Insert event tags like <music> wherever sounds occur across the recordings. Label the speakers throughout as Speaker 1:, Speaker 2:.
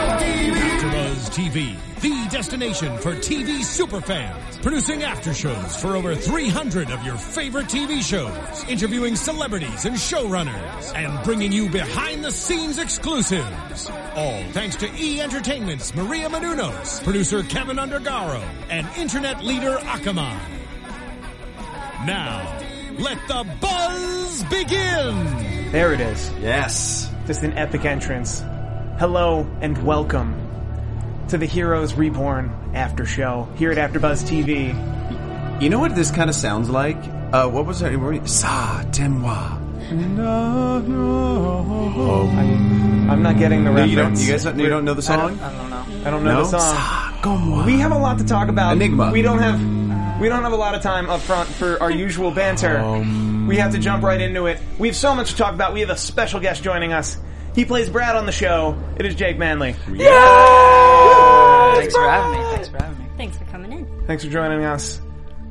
Speaker 1: AfterBuzz TV, the destination for TV superfans, producing aftershows for over 300 of your favorite TV shows, interviewing celebrities and showrunners, and bringing you behind-the-scenes exclusives. All thanks to E Entertainment's Maria Menounos, producer Kevin Undergaro, and internet leader Akamai. Now, let the buzz begin.
Speaker 2: There it is.
Speaker 3: Yes.
Speaker 2: Just an epic entrance. Hello and welcome to the Heroes Reborn after show here at AfterBuzz TV.
Speaker 3: You know what this kind of sounds like? Uh, what was that? what were you- Sa temwa.
Speaker 2: I'm not getting the
Speaker 3: No, you don't.
Speaker 2: reference.
Speaker 3: You guys don't, you don't know the song?
Speaker 2: I don't know
Speaker 3: no.
Speaker 2: the song.
Speaker 3: Sa gomwa.
Speaker 2: We have a lot to talk about.
Speaker 3: Enigma.
Speaker 2: We don't have we don't have a lot of time up front for
Speaker 3: <laughs>
Speaker 2: our usual banter.
Speaker 3: Um,
Speaker 2: we have to jump right into it. We have so much to talk about. We have a special guest joining us. He plays Brad on the show. It is Jake Manley.
Speaker 4: Thanks for having me. Thanks for having me.
Speaker 5: Thanks for coming in.
Speaker 2: Thanks for joining us.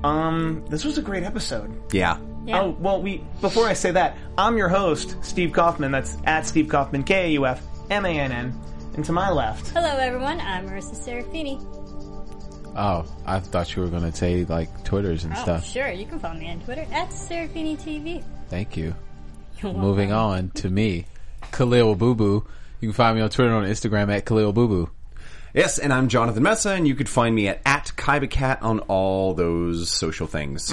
Speaker 2: Um, this was a great episode.
Speaker 3: yeah.
Speaker 5: Yeah.
Speaker 2: Oh, well, we before I say that, I'm your host, Steve Kaufman. That's at Steve Kaufman, K A U F M A N N. And to my left,
Speaker 5: Hello, everyone. I'm Marissa Serafini.
Speaker 6: Oh, I thought you were going to say like Twitters and
Speaker 5: Oh,
Speaker 6: stuff.
Speaker 5: sure. You can follow me on Twitter at Serafini TV.
Speaker 6: Thank you.
Speaker 5: You're welcome.
Speaker 6: <laughs> Moving on to me, Khalil Boo Boo. You can find me on Twitter and on Instagram at Khalil Boo Boo.
Speaker 3: Yes, and I'm Jonathan Messa, and you could find me at, at KaibaCat on all those social things.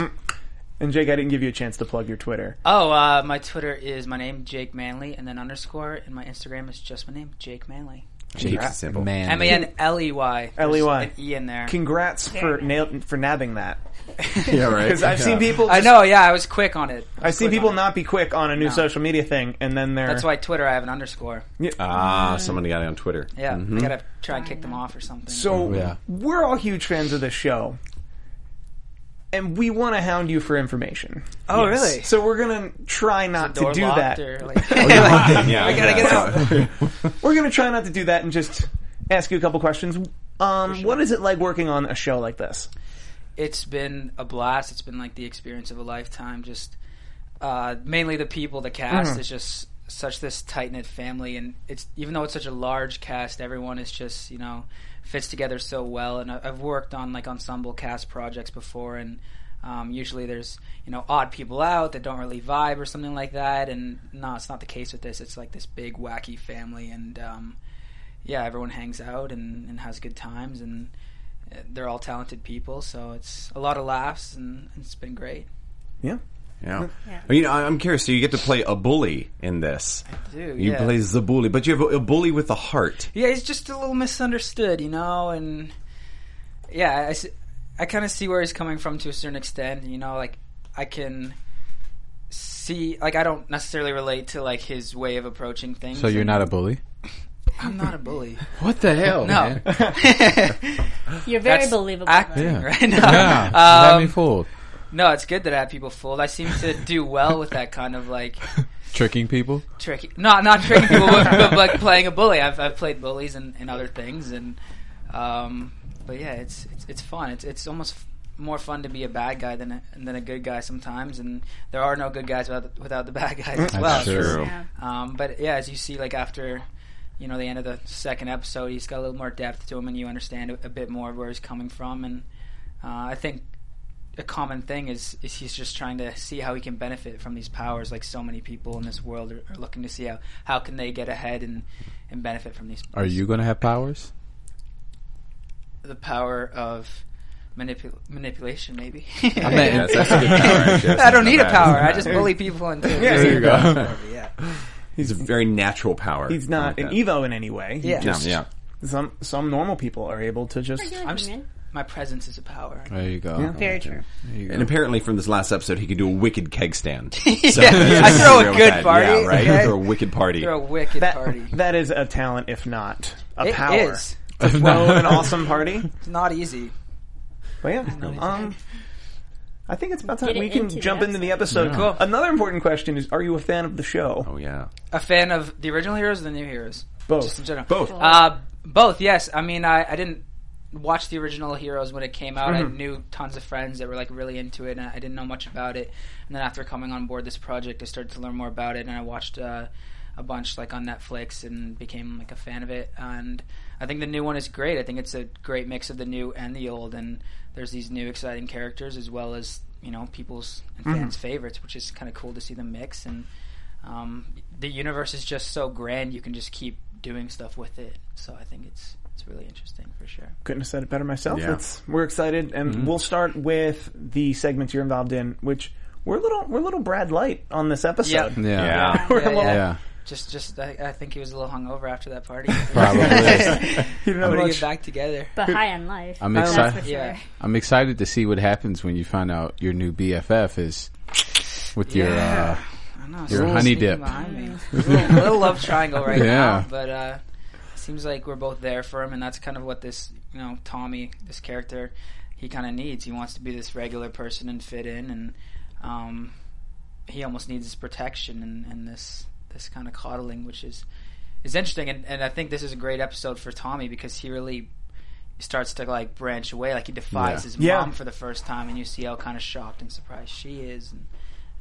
Speaker 2: and Jake, I didn't give you a chance to plug your Twitter.
Speaker 4: Oh, uh, my Twitter is my name, Jake Manley, and then underscore, and my Instagram is just my name, Jake Manley.
Speaker 3: Keeps it simple.
Speaker 6: Man.
Speaker 4: M A N L E Y. There's
Speaker 2: L.E.Y..
Speaker 4: An E in there.
Speaker 2: Congrats for nail, for nabbing that.
Speaker 3: <laughs> Yeah,
Speaker 2: <laughs>
Speaker 3: right.
Speaker 2: Because I've seen people.
Speaker 4: I
Speaker 2: just-
Speaker 4: know, yeah, I was quick on it.
Speaker 2: I've seen
Speaker 4: Quick
Speaker 2: people
Speaker 4: on it.
Speaker 2: not be quick on a new social media thing, and then they're
Speaker 4: That's why Twitter, I have an underscore.
Speaker 3: Ah, somebody got it on Twitter. Mm-hmm.
Speaker 4: Yeah, I gotta try and kick them off or something.
Speaker 2: So
Speaker 6: Yeah.
Speaker 2: we're all huge fans of this show, and we want to hound you for information.
Speaker 4: oh, really?
Speaker 2: So we're gonna try not to
Speaker 4: Door
Speaker 2: do
Speaker 4: locked
Speaker 2: that.
Speaker 4: or, like-
Speaker 3: yeah,
Speaker 4: <laughs> I gotta get out.
Speaker 2: We're gonna try not to do that and just ask you a couple questions. Um, What is it like working on a show like this?
Speaker 4: it's been a blast. It's been like the experience of a lifetime. Just uh, mainly the people, the cast is just such this tight knit family, and it's even though it's such a large cast, everyone is just you know fits together so well. And I- I've worked on like ensemble cast projects before, and um, usually there's you know odd people out that don't really vibe or something like that. And no, it's not the case with this. It's like this big wacky family, and um, yeah, everyone hangs out and, and has good times and uh, they're all talented people, so it's a lot of laughs and it's been great.
Speaker 2: Yeah.
Speaker 3: <laughs> Yeah. You know, I- I'm curious. So you get to play a bully in this.
Speaker 4: do,
Speaker 3: You
Speaker 4: yeah.
Speaker 3: play the bully, but you have a, a bully with a heart.
Speaker 4: Yeah, he's just a little misunderstood, you know, and yeah, I, s- I kind of see where he's coming from to a certain extent, you know, like I can see like I don't necessarily relate to like his way of approaching things.
Speaker 6: So you're not a bully?
Speaker 4: I'm not a
Speaker 6: <laughs>
Speaker 4: bully.
Speaker 6: What the hell?
Speaker 4: No.
Speaker 6: man?
Speaker 5: You're very
Speaker 4: That's
Speaker 5: believable.
Speaker 4: Acting
Speaker 6: <laughs>
Speaker 4: <laughs>
Speaker 6: Yeah.
Speaker 4: right now.
Speaker 6: Yeah.
Speaker 4: Um,
Speaker 6: you had me fooled.
Speaker 4: <laughs> No, it's good that I have people fooled. I seem to do well with that kind of like
Speaker 6: Tricking people?
Speaker 4: tricky. No, not tricking people, but, but like playing a bully. I've, I've played bullies and, and other things, and um, but yeah, it's it's, it's fun. It's it's almost f- more fun to be a bad guy than a, than a good guy sometimes. And there are no good guys without the, without the bad guys as well.
Speaker 6: true.
Speaker 5: Yeah.
Speaker 4: Um, but yeah, as you see, like after you know the end of the second episode, he's got a little more depth to him, and you understand a, a bit more of where he's coming from. And uh, I think a common thing is is he's just trying to see how he can benefit from these powers. Like so many people in this world are, are looking to see how how can they get ahead and and benefit from these.
Speaker 6: Are you going to have powers?
Speaker 4: the power of manipul- manipulation? Maybe. <laughs>
Speaker 6: meant-
Speaker 3: Yes, that's a good power. Yes,
Speaker 4: I don't need a
Speaker 3: bad.
Speaker 4: power. I
Speaker 3: <laughs>
Speaker 4: just bully people into.
Speaker 6: There you go.
Speaker 4: Yeah.
Speaker 3: It's a very natural power.
Speaker 2: He's not
Speaker 3: I
Speaker 2: an
Speaker 3: like
Speaker 2: Evo in any way. He
Speaker 4: Yeah.
Speaker 3: that.
Speaker 2: just-
Speaker 3: Yeah, yeah.
Speaker 2: Some some normal people are able to just.
Speaker 5: Regular
Speaker 4: I'm just-
Speaker 5: human.
Speaker 4: My presence is a power.
Speaker 6: There you go. <laughs>
Speaker 5: Very true.
Speaker 3: And apparently, from this last episode, he could do a wicked
Speaker 4: <laughs>
Speaker 3: keg stand. <laughs> So
Speaker 4: Yeah, I throw
Speaker 3: Real
Speaker 4: a good
Speaker 3: bad.
Speaker 4: party.
Speaker 3: yeah, right?
Speaker 4: okay?
Speaker 3: Throw a wicked party.
Speaker 4: Throw a wicked
Speaker 2: That,
Speaker 4: party.
Speaker 2: that is a talent, if not a
Speaker 4: It
Speaker 2: power.
Speaker 4: is.
Speaker 2: Throw
Speaker 4: <laughs>
Speaker 2: an awesome party.
Speaker 4: It's not easy.
Speaker 2: But yeah, um, I think it's about time
Speaker 5: Get it
Speaker 2: we can
Speaker 5: into the
Speaker 2: jump into the episode.
Speaker 4: Cool.
Speaker 2: Another important question is: Are you a fan of the show?
Speaker 3: oh yeah.
Speaker 4: A fan of the original heroes or the new heroes?
Speaker 2: Both.
Speaker 4: Just in general.
Speaker 3: Both.
Speaker 4: Uh, both. Yes. I mean, I, I didn't watch the original Heroes when it came out. I knew tons of friends that were like really into it, and I didn't know much about it. And then after coming on board this project, I started to learn more about it, and I watched uh, a bunch like on Netflix and became like a fan of it. And I think the new one is great. I think it's a great mix of the new and the old, and there's these new exciting characters as well as you know people's and fans' favorites, which is kind of cool to see them mix and um, the universe is just so grand you can just keep doing stuff with it so i think it's it's really interesting for sure
Speaker 2: Couldn't have said it better myself.
Speaker 3: Yeah. Mm-hmm.
Speaker 2: It's, we're excited, and we'll start with the segments you're involved in, which we're a little we're a little Brad Light on this episode.
Speaker 4: Yeah.
Speaker 6: <laughs> Yeah.
Speaker 3: Yeah.
Speaker 4: <laughs>
Speaker 2: We're a
Speaker 4: Yeah,
Speaker 2: little-
Speaker 4: yeah.
Speaker 6: Yeah.
Speaker 4: just just I, I think he was a little hungover after that <laughs> party
Speaker 2: <laughs>
Speaker 6: Probably.
Speaker 2: You didn't have
Speaker 4: Putting
Speaker 2: much-
Speaker 4: it back together
Speaker 5: But high on life.
Speaker 6: I'm
Speaker 5: That's
Speaker 6: excited.
Speaker 5: for
Speaker 4: Yeah.
Speaker 5: sure.
Speaker 6: I'm excited to see what happens when you find out your new BFF is with your. Uh,
Speaker 4: Yeah. I don't know,
Speaker 6: Your
Speaker 4: someone's
Speaker 6: honey
Speaker 4: sneaking
Speaker 6: dip.
Speaker 4: behind me. A little, little love triangle right
Speaker 6: Yeah.
Speaker 4: now but uh seems like we're both there for him and that's kind of what this you know tommy this character he kind of needs he wants to be this regular person and fit in and um he almost needs this protection and, and this this kind of coddling, which is is interesting. And, and I think this is a great episode for Tommy because he really starts to like branch away. Like he defies
Speaker 6: Yeah.
Speaker 4: his
Speaker 2: Yeah.
Speaker 4: mom for the first time, and you see how kind of shocked and surprised she is, and,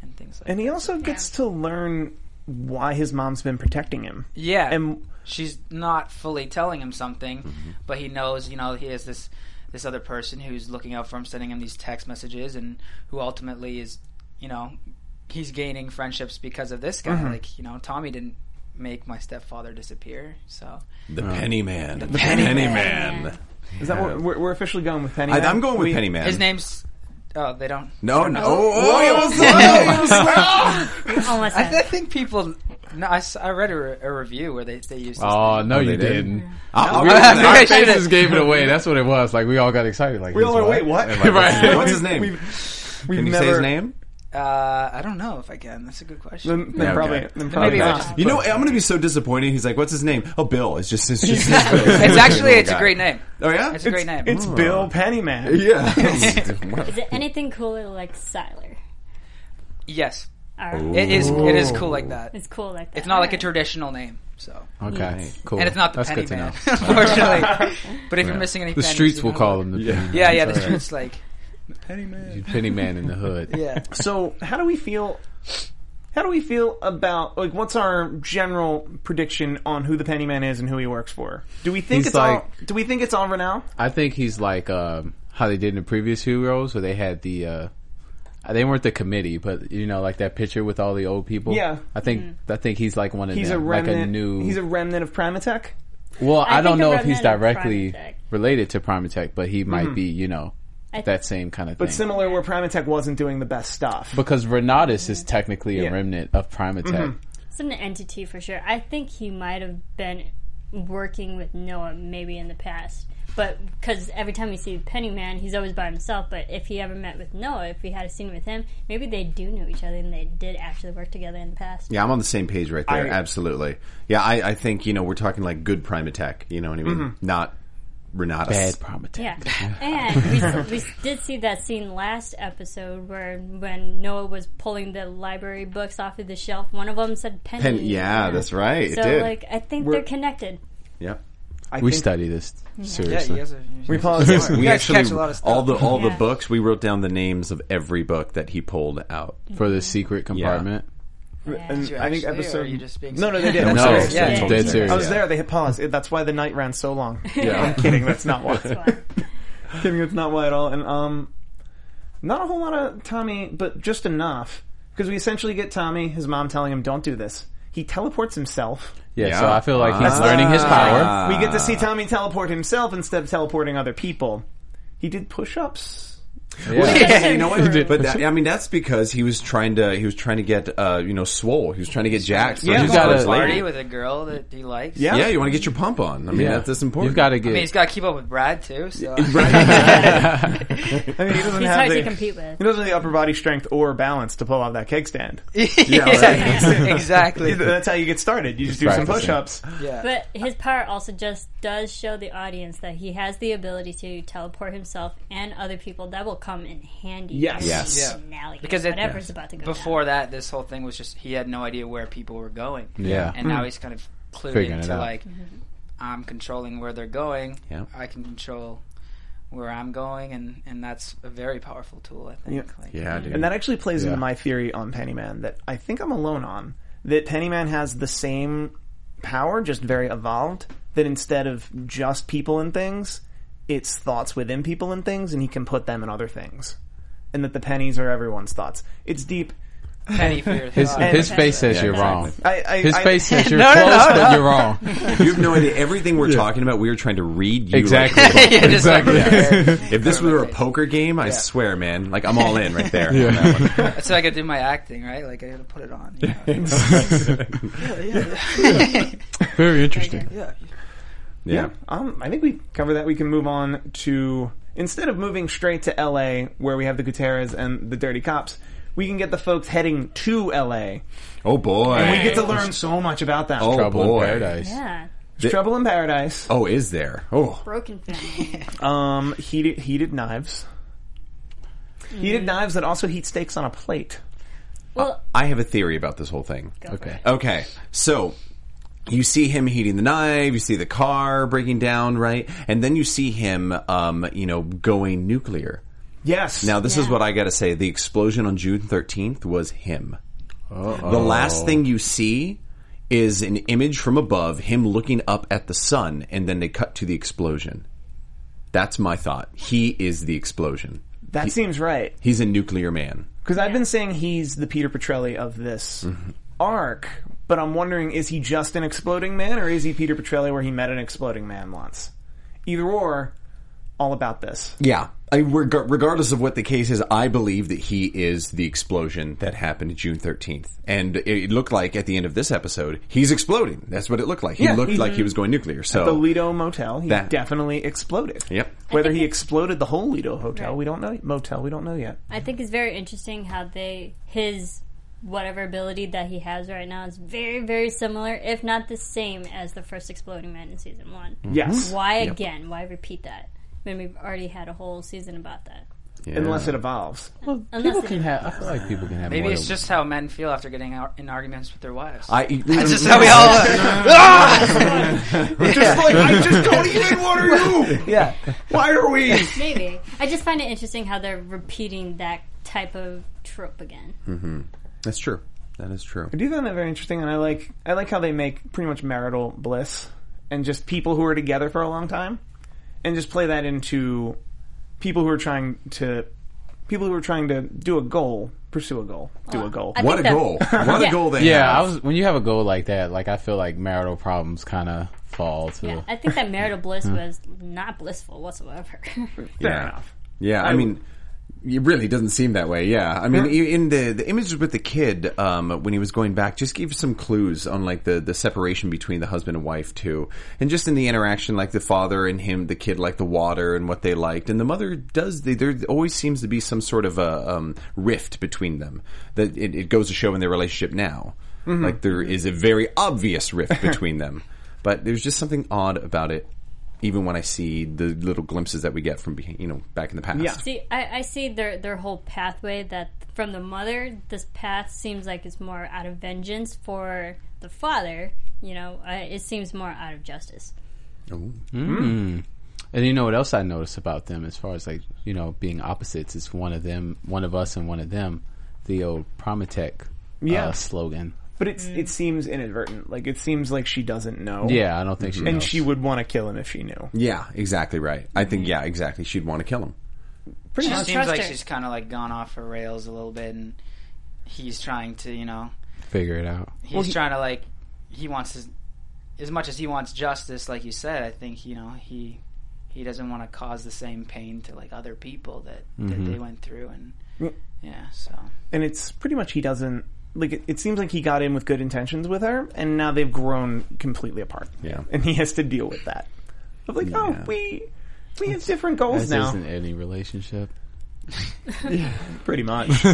Speaker 4: and things like.
Speaker 2: and he
Speaker 4: that.
Speaker 2: also gets to learn why his mom's been protecting him.
Speaker 4: yeah,
Speaker 2: And
Speaker 4: she's not fully telling him something,
Speaker 3: Mm-hmm.
Speaker 4: but he knows, you know, he has this this other person who's looking out for him, sending him these text messages, and who ultimately is, you know, he's gaining friendships because of this guy.
Speaker 3: Mm-hmm.
Speaker 4: Like, you know, Tommy didn't make my stepfather disappear, so
Speaker 3: The Penny Man. The
Speaker 4: Oh. Penny
Speaker 3: Man.
Speaker 2: is that what we're, we're officially going with Penny?
Speaker 3: I,
Speaker 2: Man?
Speaker 3: I'm going with
Speaker 2: We-
Speaker 3: Penny Man.
Speaker 4: his name's. Oh, they don't.
Speaker 3: No, no. Oh, oh, it was-
Speaker 4: <laughs>
Speaker 3: oh, it was-
Speaker 5: Almost.
Speaker 4: I,
Speaker 3: <laughs>
Speaker 5: had
Speaker 4: th- I
Speaker 5: it.
Speaker 4: think people. No, I, s- I read a, re- a review where they they used. His
Speaker 6: oh
Speaker 4: name.
Speaker 6: no,
Speaker 3: Oh, they
Speaker 6: you
Speaker 3: didn't?
Speaker 6: didn't.
Speaker 3: I'll-
Speaker 6: We-
Speaker 3: I'll-
Speaker 4: I
Speaker 6: our
Speaker 4: should've-
Speaker 6: faces gave it away. That's what it was. Like we all got excited. Like
Speaker 2: We all
Speaker 6: he's
Speaker 2: were,
Speaker 6: <laughs>
Speaker 2: wait, what?
Speaker 4: <laughs>
Speaker 2: <laughs>
Speaker 6: Right.
Speaker 3: What's his name?
Speaker 2: We've- We've
Speaker 3: Can you
Speaker 2: never,
Speaker 3: say his name?
Speaker 4: Uh, I don't know if I can. That's a good question.
Speaker 2: Then, then
Speaker 3: Yeah,
Speaker 2: probably,
Speaker 3: okay.
Speaker 2: then probably
Speaker 4: Maybe I
Speaker 2: not.
Speaker 4: just-
Speaker 3: You know, I'm going to be so disappointed. He's like, "What's his name?" Oh, Bill. It's just, it's
Speaker 4: <laughs>
Speaker 3: just his Bill.
Speaker 4: it's
Speaker 3: <laughs>
Speaker 4: actually it's a
Speaker 3: guy.
Speaker 4: great name.
Speaker 3: Oh yeah,
Speaker 4: It's a great name.
Speaker 2: It's
Speaker 3: Oh.
Speaker 2: Bill
Speaker 6: <laughs>
Speaker 2: Pennyman.
Speaker 4: <laughs>
Speaker 3: yeah.
Speaker 5: Is it anything cooler like Siler?
Speaker 4: yes,
Speaker 5: All right.
Speaker 4: it is. It is cool like that.
Speaker 5: It's cool like that.
Speaker 4: It's not like a
Speaker 5: Alright.
Speaker 4: traditional name, so.
Speaker 6: Okay, cool.
Speaker 4: And it's not the
Speaker 6: Oh, That's
Speaker 4: penny
Speaker 6: good to
Speaker 4: man,
Speaker 6: know.
Speaker 4: <laughs> unfortunately. but if you're missing any,
Speaker 6: The
Speaker 4: pennies,
Speaker 6: streets
Speaker 4: you
Speaker 6: will
Speaker 4: know
Speaker 6: call
Speaker 4: what-
Speaker 6: him the
Speaker 3: Yeah.
Speaker 6: penny.
Speaker 4: Yeah, yeah. The
Speaker 6: That's all right.
Speaker 4: streets like penny man.
Speaker 6: penny man in
Speaker 2: <laughs>
Speaker 6: the hood.
Speaker 4: Yeah.
Speaker 2: So, how do we feel? How do we feel about like what's our general prediction on who the Pennyman is and who he works for? Do we think
Speaker 6: He's
Speaker 2: it's all?
Speaker 6: like-
Speaker 2: Do we think it's over now?
Speaker 6: I think he's like um, how they did in the previous heroes, where they had the uh, they weren't the committee, but you know, like that picture with all the old people.
Speaker 2: Yeah.
Speaker 6: I think I think he's like one of
Speaker 2: He's a
Speaker 6: them, like
Speaker 2: remnant.
Speaker 6: a new.
Speaker 2: He's a remnant of Primatech.
Speaker 6: well, I,
Speaker 5: I
Speaker 6: don't
Speaker 5: think a
Speaker 6: know if he's
Speaker 5: remnant of
Speaker 6: directly
Speaker 5: Primatech.
Speaker 6: related to Primatech, but he might be. You know,
Speaker 5: I th-
Speaker 6: that same kind of thing.
Speaker 2: Mm-hmm. But similar, where Primatech wasn't doing the best stuff.
Speaker 6: because Renatus is technically
Speaker 2: Yeah. Mm-hmm.
Speaker 6: a remnant of Primatech.
Speaker 5: It's an entity for sure. I think he might have been working with Noah maybe in the past. But because every time we see Pennyman, he's always by himself. But if he ever met with Noah, if we had a scene with him, maybe they do know each other and they did actually work together in the past.
Speaker 3: Yeah, I'm on the same page right there.
Speaker 2: I-
Speaker 3: Absolutely. Yeah, I, I think you know we're talking like good prime attack. You know what I mean?
Speaker 4: Mm-hmm.
Speaker 3: Not Renatus.
Speaker 6: Bad Primatech.
Speaker 5: Yeah,
Speaker 3: <laughs>
Speaker 5: and we, s- we s- did see that scene last episode where when Noah was pulling the library books off of the shelf, one of them said Penny.
Speaker 3: Pen- yeah, that's right, it
Speaker 5: So
Speaker 3: did.
Speaker 5: like, I think
Speaker 2: We're-
Speaker 5: they're connected.
Speaker 3: Yep.
Speaker 2: I
Speaker 6: We
Speaker 2: think-
Speaker 6: study this
Speaker 4: Yeah,
Speaker 6: seriously.
Speaker 4: you guys are.
Speaker 2: We
Speaker 4: You
Speaker 6: <laughs>
Speaker 2: pause.
Speaker 4: You
Speaker 3: We
Speaker 4: guys
Speaker 3: actually
Speaker 4: catch a lot of stuff.
Speaker 3: all the all the
Speaker 5: Yeah.
Speaker 3: books we wrote down the names of every book that he pulled out.
Speaker 6: for the secret compartment.
Speaker 2: and <laughs>
Speaker 4: you
Speaker 2: I think
Speaker 4: actually, or
Speaker 2: episode.
Speaker 4: are you just being
Speaker 2: no, no, they did.
Speaker 4: sarcastic?
Speaker 2: I'm
Speaker 6: No,
Speaker 2: sorry.
Speaker 6: it's
Speaker 4: Yeah,
Speaker 6: dead
Speaker 4: yeah.
Speaker 6: serious.
Speaker 2: I was there. They hit pause. It- that's why the night ran so long. <laughs>
Speaker 3: Yeah.
Speaker 4: <laughs>
Speaker 2: I'm kidding. That's not why.
Speaker 5: That's why.
Speaker 2: kidding. That's not why at all. And um, not a whole lot of Tommy, but just enough because we essentially get Tommy, his mom telling him, "Don't do this." He teleports himself.
Speaker 6: Yeah,
Speaker 3: Yeah.
Speaker 6: so I feel like he's
Speaker 3: Ah.
Speaker 6: learning his power.
Speaker 2: We get to see Tommy teleport himself instead of teleporting other people. He did push-ups.
Speaker 3: <laughs> Yeah, you know what?
Speaker 6: did.
Speaker 3: But that, I mean, that's because he was trying to he was trying to get uh, you know swole. He was trying to get jacked. for
Speaker 2: Yeah,
Speaker 3: his
Speaker 6: you gotta-
Speaker 3: first lady.
Speaker 4: party with a girl that he likes.
Speaker 2: Yeah.
Speaker 3: Yeah, you want to get your pump on. I mean, that, that's important.
Speaker 6: You've got to get.
Speaker 4: I mean, he's got to keep up with Brad too.
Speaker 6: <laughs>
Speaker 4: So <laughs>
Speaker 2: I
Speaker 5: <laughs>
Speaker 2: mean, he doesn't
Speaker 5: He's
Speaker 2: have
Speaker 5: hard
Speaker 2: the,
Speaker 5: to compete with.
Speaker 2: He doesn't have the upper body strength or balance to pull off that keg stand.
Speaker 4: Yeah, <laughs> exactly.
Speaker 2: That's how you get started. You just do some
Speaker 6: practicing.
Speaker 2: push-ups.
Speaker 4: Yeah.
Speaker 5: But his power also just does show the audience that he has the ability to teleport himself and other people. That will come in handy.
Speaker 2: Yes.
Speaker 5: during
Speaker 3: Yes.
Speaker 5: the
Speaker 3: Yeah.
Speaker 5: Finale,
Speaker 4: Because
Speaker 5: because
Speaker 4: it-
Speaker 5: whatever's about to go
Speaker 4: Before that, this whole thing was just he had no idea where people were going.
Speaker 6: Yeah.
Speaker 5: Hmm.
Speaker 4: And now he's kind of clued
Speaker 6: Figuring it
Speaker 4: into
Speaker 6: out.
Speaker 4: like
Speaker 5: Mm-hmm.
Speaker 4: I'm controlling where they're going.
Speaker 3: Yeah.
Speaker 4: I can control where I'm going, and and that's a very powerful tool. I think.
Speaker 2: Yeah.
Speaker 4: Like,
Speaker 3: Yeah, dude.
Speaker 2: And that actually plays into
Speaker 6: Yeah.
Speaker 2: my theory on Pennyman that I think I'm alone on. That Pennyman has the same power, just very evolved. That instead of just people and things, it's thoughts within people and things, and he can put them in other things. And that the pennies are everyone's thoughts. It's deep.
Speaker 4: Penny for your
Speaker 6: <laughs> His,
Speaker 4: thought.
Speaker 6: his face says
Speaker 3: Yeah,
Speaker 6: you're wrong.
Speaker 3: exactly.
Speaker 2: I, I,
Speaker 6: His
Speaker 2: I,
Speaker 4: <laughs>
Speaker 6: face says you're
Speaker 4: No, no,
Speaker 6: close,
Speaker 4: no,
Speaker 6: but
Speaker 4: <laughs>
Speaker 6: you're wrong.
Speaker 3: You have no idea. Everything we're talking about, we are trying to read you.
Speaker 6: <laughs> Exactly. <laughs>
Speaker 4: <laughs>
Speaker 3: Like,
Speaker 4: Yeah, just like-
Speaker 3: <laughs> if this were a poker game, I swear, man. Like I'm all in right there.
Speaker 6: <laughs>
Speaker 3: on that one.
Speaker 4: That's how I could do my acting, right? Like I gotta put it on. you know?
Speaker 6: <laughs> Very interesting.
Speaker 3: Yeah.
Speaker 2: Um, I think we cover that. We can move on to instead of moving straight to L.A., where we have the Gutierrez and the Dirty Cops, we can get the folks heading to L.A.
Speaker 3: Oh boy.
Speaker 2: We get to learn so much about that.
Speaker 3: Oh
Speaker 6: Trouble
Speaker 3: boy.
Speaker 6: in Paradise.
Speaker 5: Yeah.
Speaker 2: There's Trouble in Paradise.
Speaker 3: Oh, is there? Oh,
Speaker 5: Broken family.
Speaker 2: Um, heated heated knives. Heated knives that also heat steaks on a plate.
Speaker 5: <laughs> Well,
Speaker 3: I have a theory about this whole thing.
Speaker 6: Okay.
Speaker 3: Okay, so you see him heating the knife, you see the car breaking down, right? And then you see him, um, you know, going nuclear.
Speaker 2: Yes.
Speaker 3: Now, this is what I gotta say. The explosion on June 13th was him. The last thing you see is an image from above, him looking up at the sun, and then they cut to the explosion. That's my thought. He is the explosion.
Speaker 2: that seems right
Speaker 3: He's a nuclear man.
Speaker 2: because I've been saying he's the Peter Petrelli of this arc, but I'm wondering is he just an exploding man or is he Peter Petrelli where he met an exploding man once? Either or, all about this.
Speaker 3: Yeah. I, reg- regardless of what the case is, I believe that he is the explosion that happened June 13th. And it, it looked like at the end of this episode, he's exploding. That's what it looked like. He
Speaker 2: Yeah,
Speaker 3: looked
Speaker 2: he-
Speaker 3: like he was going nuclear. So,
Speaker 2: The Lido Motel, he
Speaker 3: That-
Speaker 2: definitely exploded.
Speaker 3: yep.
Speaker 2: Whether
Speaker 5: think
Speaker 2: he
Speaker 5: it-
Speaker 2: exploded the whole Lido Hotel, we don't know. Motel, we don't know yet.
Speaker 5: I think it's very interesting how they his whatever ability that he has right now is very very similar, if not the same as the first exploding man in season one.
Speaker 2: Yes.
Speaker 5: Why again? Why repeat that? When we've already had a whole season about that.
Speaker 3: Yeah.
Speaker 2: Unless it
Speaker 5: <laughs>
Speaker 2: evolves.
Speaker 5: Unless it-
Speaker 6: have. I feel like people can have.
Speaker 4: <laughs> Maybe
Speaker 6: more
Speaker 4: it's
Speaker 6: than-
Speaker 4: just how men feel after getting out in arguments with their wives.
Speaker 3: I,
Speaker 4: That's just how we all.
Speaker 3: <laughs> just like, I just don't even what are you?
Speaker 2: <laughs> Yeah.
Speaker 3: Why are we?
Speaker 5: maybe. I just find it interesting how they're repeating that type of trope again.
Speaker 3: Hmm. That's true. That is true.
Speaker 2: I do find that very interesting, and I like I like how they make pretty much marital bliss and just people who are together for a long time, and just play that into people who are trying to people who are trying to do a goal, pursue a goal, do a goal.
Speaker 5: I
Speaker 3: What a
Speaker 5: think that-
Speaker 3: goal. What a
Speaker 5: <laughs> Yeah.
Speaker 3: goal they
Speaker 6: Yeah, I
Speaker 3: have.
Speaker 6: was when you have a goal like that, like I feel like marital problems kind of fall to.
Speaker 5: Yeah, I think that marital bliss
Speaker 3: Hmm.
Speaker 5: was not blissful whatsoever. <laughs>
Speaker 3: Fair
Speaker 2: enough.
Speaker 3: Yeah, I, mean, it really doesn't seem that way. Yeah, I mean, e in the the images with the kid um, when he was going back, just gave some clues on like the the separation between the husband and wife too, and just in the interaction, like the father and him, the kid liked the water and what they liked, and the mother does. They, there always seems to be some sort of a um, rift between them that it, it goes to show in their relationship now. Like there is a very obvious rift between them, but there's just something odd about it. Even when I see the little glimpses that we get from, behi- you know, back in the past.
Speaker 2: Yeah.
Speaker 5: see, I, I see their their whole pathway that from the mother, this path seems like it's more out of vengeance for the father. You know, uh, it seems more out of justice.
Speaker 6: And you know what else I noticed about them, as far as like you know being opposites, is one of them, one of us, and one of them. The old Prometech
Speaker 2: Yeah.
Speaker 6: uh, slogan.
Speaker 2: But it's it seems inadvertent. Like it seems like she doesn't know.
Speaker 6: Yeah, I don't think she.
Speaker 2: And
Speaker 6: knows.
Speaker 2: she would want to kill him if she knew.
Speaker 3: Yeah, exactly right. I think yeah, exactly. She'd want to kill him.
Speaker 4: She just seems
Speaker 5: trust
Speaker 4: like
Speaker 5: her.
Speaker 4: she's kind of like gone off her rails a little bit, and he's trying to, you know,
Speaker 6: figure it out.
Speaker 4: he's trying to like he wants his, as much as he wants justice, like you said. I think you know he he doesn't want to cause the same pain to like other people that that they went through, and yeah, so
Speaker 2: And it's pretty much he doesn't like it, it seems like he got in with good intentions with her and now they've grown completely apart.
Speaker 3: Yeah.
Speaker 2: And he has to deal with that. Of like, oh,
Speaker 3: Yeah.
Speaker 2: we we have different goals
Speaker 6: This
Speaker 2: now.
Speaker 6: isn't any relationship.
Speaker 2: Pretty
Speaker 3: <laughs>
Speaker 2: much. <laughs>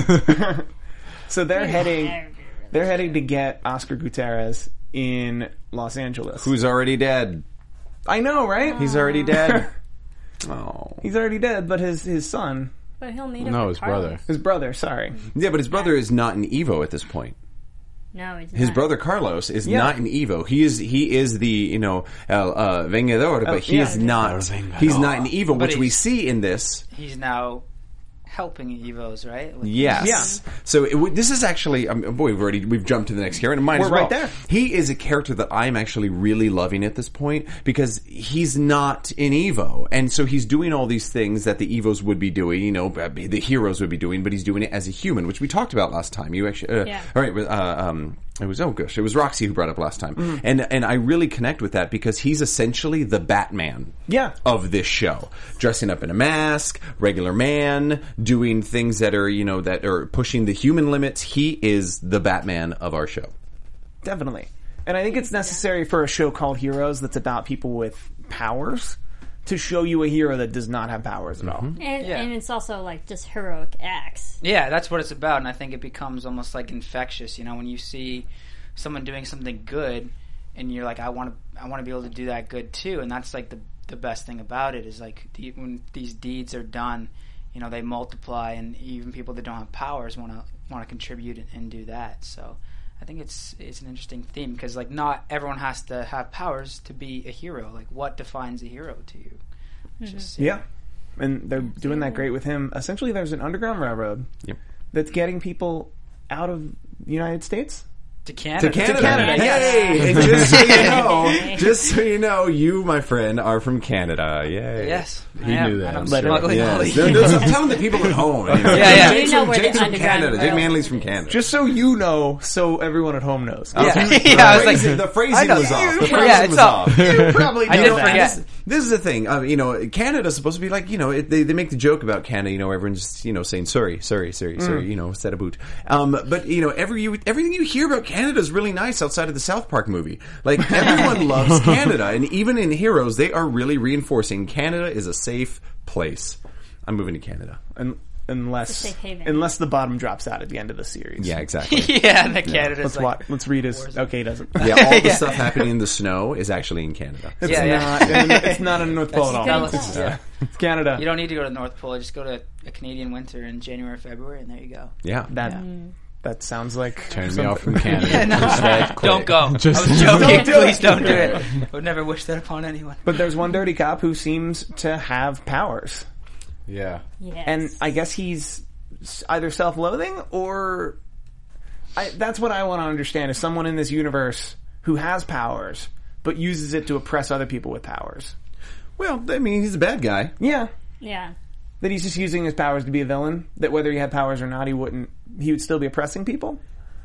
Speaker 2: so they're heading they're heading to get Oscar Gutierrez in Los Angeles.
Speaker 3: Who's already dead?
Speaker 2: I know, right?
Speaker 3: He's already dead. oh.
Speaker 2: he's already dead, but his his son,
Speaker 5: But he'll meet him.
Speaker 6: No,
Speaker 5: with
Speaker 6: his
Speaker 5: Carlos.
Speaker 6: brother.
Speaker 3: Mm-hmm.
Speaker 2: his brother, sorry.
Speaker 3: Yeah, but his brother is not in Evo at this point.
Speaker 5: No, he's
Speaker 3: His
Speaker 5: not.
Speaker 3: brother Carlos is
Speaker 2: Yeah.
Speaker 3: not an Evo. He is he is the you know el uh, vengador, but he
Speaker 2: yeah.
Speaker 3: is not.
Speaker 6: Vengador.
Speaker 3: He's not an Evo,
Speaker 4: But
Speaker 3: which we
Speaker 4: he's-
Speaker 3: see in this.
Speaker 4: He's now helping Evos, right? With-
Speaker 3: Yes.
Speaker 2: Yeah.
Speaker 3: So it, w- this is actually um, boy, we've already we've jumped to the next character. Mine
Speaker 2: We're
Speaker 3: as well.
Speaker 2: right there.
Speaker 3: He is a character that I'm actually really loving at this point because he's not in Evo, and so he's doing all these things that the Evos would be doing. You know, uh, the heroes would be doing, but he's doing it as a human, which we talked about last time. You actually, uh,
Speaker 5: Yeah.
Speaker 3: all right, with, uh, um, it was oh gosh, it was Roxy who brought up last time,
Speaker 2: Mm.
Speaker 3: and and I really connect with that because he's essentially the Batman,
Speaker 2: Yeah.
Speaker 3: of this show, dressing up in a mask, regular man, doing things that are you know that are pushing the human limits. He is the Batman of our show.
Speaker 2: Definitely. And I think it's necessary for a show called Heroes that's about people with powers to show you a hero that does not have powers at
Speaker 3: Mm-hmm.
Speaker 2: all.
Speaker 5: And,
Speaker 4: Yeah.
Speaker 5: and it's also like just heroic acts.
Speaker 4: Yeah, that's what it's about, and I think it becomes almost like infectious. You know, when you see someone doing something good, and you're like, I want to, I want to be able to do that good too, and that's like the the best thing about it is like the, when these deeds are done, you know, they multiply, and even people that don't have powers want to want to contribute and, and do that. So. I think it's it's an interesting theme because like not everyone has to have powers to be a hero. Like what defines a hero to you? It's Just,
Speaker 2: Yeah. And they're doing that great with him. Essentially, there's an underground railroad
Speaker 3: Yep.
Speaker 2: that's getting people out of the United States.
Speaker 4: To Canada.
Speaker 2: Canada, yes.
Speaker 3: Hey, and just so you know, just so you know, you, my friend, are from Canada. Yay.
Speaker 4: Yes,
Speaker 6: He
Speaker 4: I am,
Speaker 6: knew that.
Speaker 4: and I'm
Speaker 2: Let it-
Speaker 4: smuggling all
Speaker 3: Yes.
Speaker 5: <laughs>
Speaker 4: these-
Speaker 3: There- there's- I'm telling the people at home. Yeah,
Speaker 4: yeah.
Speaker 3: Jake's
Speaker 5: You know
Speaker 3: from-
Speaker 5: where the
Speaker 3: Jake's from
Speaker 5: underground
Speaker 3: Canada. Jake
Speaker 5: railroad
Speaker 3: Manley's from
Speaker 5: is.
Speaker 3: Canada.
Speaker 2: Just so you know, so everyone at home knows.
Speaker 3: I was-
Speaker 4: Yeah.
Speaker 3: the
Speaker 4: <laughs> Yeah, I was
Speaker 3: phrasing-
Speaker 4: like-
Speaker 3: the
Speaker 4: I
Speaker 3: phrasing
Speaker 4: know.
Speaker 3: was off. The
Speaker 4: Yeah,
Speaker 3: phrasing
Speaker 4: it's
Speaker 3: was
Speaker 4: all-
Speaker 3: off. <laughs> You probably
Speaker 4: <laughs> I
Speaker 3: know
Speaker 4: did
Speaker 3: that.
Speaker 4: forget.
Speaker 3: This, this is the thing. Uh, you know, Canada's supposed to be like you know it, they they make the joke about Canada. You know, everyone's just you know saying sorry, sorry, sorry,
Speaker 4: Mm.
Speaker 3: sorry. You know, set a boot. Um, but you know, every you everything you hear about Canada is really nice outside of the South Park movie.
Speaker 4: <laughs>
Speaker 3: Like everyone loves Canada, and even in Heroes, they are really reinforcing Canada is a safe place. I'm moving to Canada.
Speaker 2: Un- unless
Speaker 5: safe haven.
Speaker 2: unless the bottom drops out at the end of the series.
Speaker 4: <laughs>
Speaker 3: Yeah, exactly.
Speaker 4: yeah, and the Canada's
Speaker 2: Let's
Speaker 4: like,
Speaker 2: watch, let's read his. Okay, he doesn't.
Speaker 3: Yeah, all the stuff happening in the snow is actually in Canada.
Speaker 2: It's
Speaker 4: Yeah, yeah. <laughs>
Speaker 2: not. It's not in North Pole at all.
Speaker 4: That
Speaker 5: It's-
Speaker 4: was- yeah.
Speaker 2: It's Canada.
Speaker 4: You don't need to go to the North Pole. Just go to a Canadian winter in January, February, and there you go. <laughs>
Speaker 3: Yeah.
Speaker 2: that that sounds like
Speaker 6: Turn me
Speaker 2: something-
Speaker 6: off
Speaker 2: <laughs>
Speaker 4: <laughs>
Speaker 6: from Canada. Just that quick.
Speaker 4: don't go.
Speaker 6: Just-
Speaker 4: I was joking.
Speaker 2: Don't do
Speaker 4: Please
Speaker 2: it.
Speaker 4: don't do
Speaker 2: <laughs>
Speaker 4: it. I would never wish that upon anyone.
Speaker 2: But there's one dirty cop who seems to have powers,
Speaker 6: Yeah.
Speaker 5: Yes.
Speaker 2: and I guess he's s- either self-loathing or I, that's what I want to understand. Is someone in this universe who has powers but uses it to oppress other people with powers?
Speaker 3: Well, I mean, he's a bad guy.
Speaker 2: Yeah,
Speaker 5: yeah.
Speaker 2: that he's just using his powers to be a villain. That whether he had powers or not, he wouldn't. He would still be oppressing people.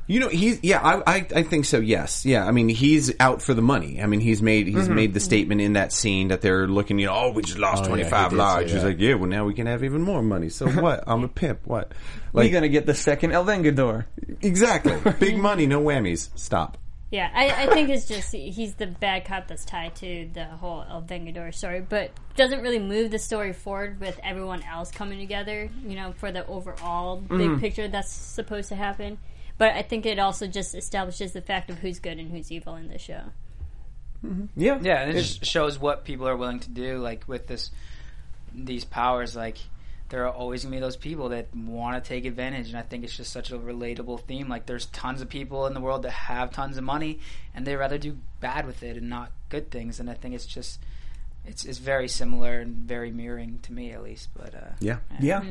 Speaker 3: You know, he's yeah. I, I I think so. Yes, yeah. I mean, he's out for the money. I mean, he's made he's
Speaker 6: Mm-hmm.
Speaker 3: made the statement in that scene that they're looking. You know, oh, we just lost
Speaker 6: yeah,
Speaker 3: twenty five
Speaker 6: he did say
Speaker 3: lives. He's
Speaker 6: that.
Speaker 3: like, yeah. Well, now we can have even more money.
Speaker 6: <laughs>
Speaker 3: So what? I'm a pimp. What?
Speaker 2: We're
Speaker 3: Like
Speaker 2: gonna get the second El Vengador.
Speaker 6: <laughs>
Speaker 3: exactly. Big money, no whammies. Stop.
Speaker 5: Yeah, I, I think it's just he's the bad cop that's tied to the whole El Vengador story, but doesn't really move the story forward with everyone else coming together, you know, for the overall
Speaker 4: Mm-hmm.
Speaker 5: big picture that's supposed to happen. But I think it also just establishes the fact of who's good and who's evil in this show.
Speaker 2: Yeah,
Speaker 4: Yeah, and it just shows what people are willing to do. Like with this, these powers, like there are always gonna be those people that want to take advantage. And I think it's just such a relatable theme. Like there's tons of people in the world that have tons of money, and they rather do bad with it and not good things. And I think it's just. It's, it's very similar and very mirroring to me, at least. But uh,
Speaker 3: Yeah.
Speaker 2: yeah.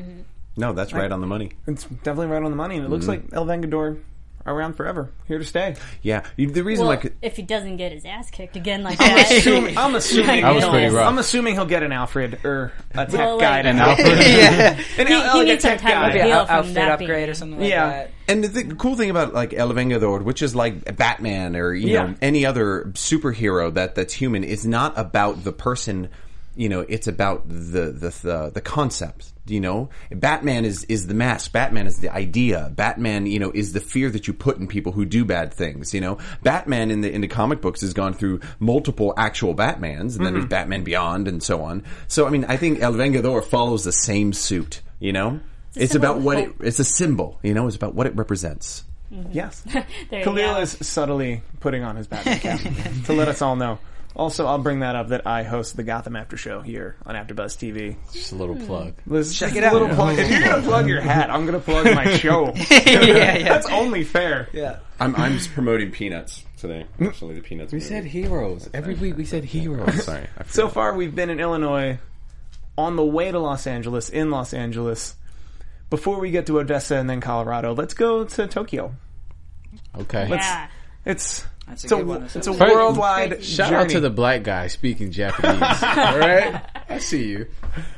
Speaker 3: No, that's right on the money.
Speaker 2: It's definitely right on the money, and it looks like El Vengador around forever, here to stay.
Speaker 3: Yeah. You- The reason,
Speaker 5: Well,
Speaker 3: like,
Speaker 5: if he doesn't get his ass kicked
Speaker 4: <laughs>
Speaker 5: again like
Speaker 2: Assume-
Speaker 5: that,
Speaker 2: I'm assuming.
Speaker 5: That was
Speaker 2: he'll-
Speaker 6: pretty rough.
Speaker 2: I'm assuming he'll get an Alfred or a tech
Speaker 5: Well,
Speaker 2: guy.
Speaker 5: like-
Speaker 2: to
Speaker 5: An
Speaker 2: help. <laughs>
Speaker 6: Alfred?
Speaker 4: yeah,
Speaker 2: An
Speaker 5: He-
Speaker 2: Al-
Speaker 5: he
Speaker 2: like a
Speaker 5: needs some
Speaker 2: tech
Speaker 5: time
Speaker 2: guy.
Speaker 5: to
Speaker 4: Maybe
Speaker 5: feel
Speaker 4: out-
Speaker 5: from
Speaker 4: outfit
Speaker 5: not
Speaker 4: upgrade
Speaker 5: being-
Speaker 4: or something like
Speaker 2: Yeah.
Speaker 4: that.
Speaker 3: And the cool thing about like El Vengador, which is like Batman or you
Speaker 2: Yeah.
Speaker 3: know any other superhero that that's human, is not about the person. You know, it's about the the the, the concept. You know, Batman is is the mask. Batman is the idea. Batman, you know, is the fear that you put in people who do bad things. You know, Batman in the in the comic books has gone through multiple actual Batmans, and then there's Batman Beyond and so on. So, I mean, I think El Vengador follows the same suit. You know,
Speaker 5: a
Speaker 3: it's
Speaker 5: symbol
Speaker 3: about
Speaker 5: of
Speaker 3: what
Speaker 5: hope.
Speaker 3: it, it's a symbol, you know, it's about what it represents.
Speaker 2: Yes.
Speaker 5: there you
Speaker 2: Khalil
Speaker 5: go.
Speaker 2: is subtly putting on his Batman cap to let us all know. Also, I'll bring that up that I host the Gotham After Show here on AfterBuzz TV.
Speaker 6: Just a little plug.
Speaker 2: Let's check
Speaker 4: it out.
Speaker 2: Little plug. If you're gonna plug your hat, I'm gonna plug my show.
Speaker 4: yeah, yeah.
Speaker 2: That's only fair.
Speaker 4: yeah.
Speaker 3: I'm I'm just promoting peanuts today. Actually, the peanuts.
Speaker 6: We said heroes every week. We said heroes.
Speaker 3: Sorry. I
Speaker 2: So far, we've been in Illinois, on the way to Los Angeles, in Los Angeles. Before we get to Odessa and then Colorado, let's go to Tokyo.
Speaker 6: Okay.
Speaker 5: Yeah.
Speaker 2: It's
Speaker 4: That's a
Speaker 2: it's a,
Speaker 4: good one. That's
Speaker 2: it's
Speaker 4: a
Speaker 2: a
Speaker 4: good one.
Speaker 2: worldwide
Speaker 6: Shout out
Speaker 2: journey.
Speaker 6: to the black guy speaking Japanese. All right, I see you.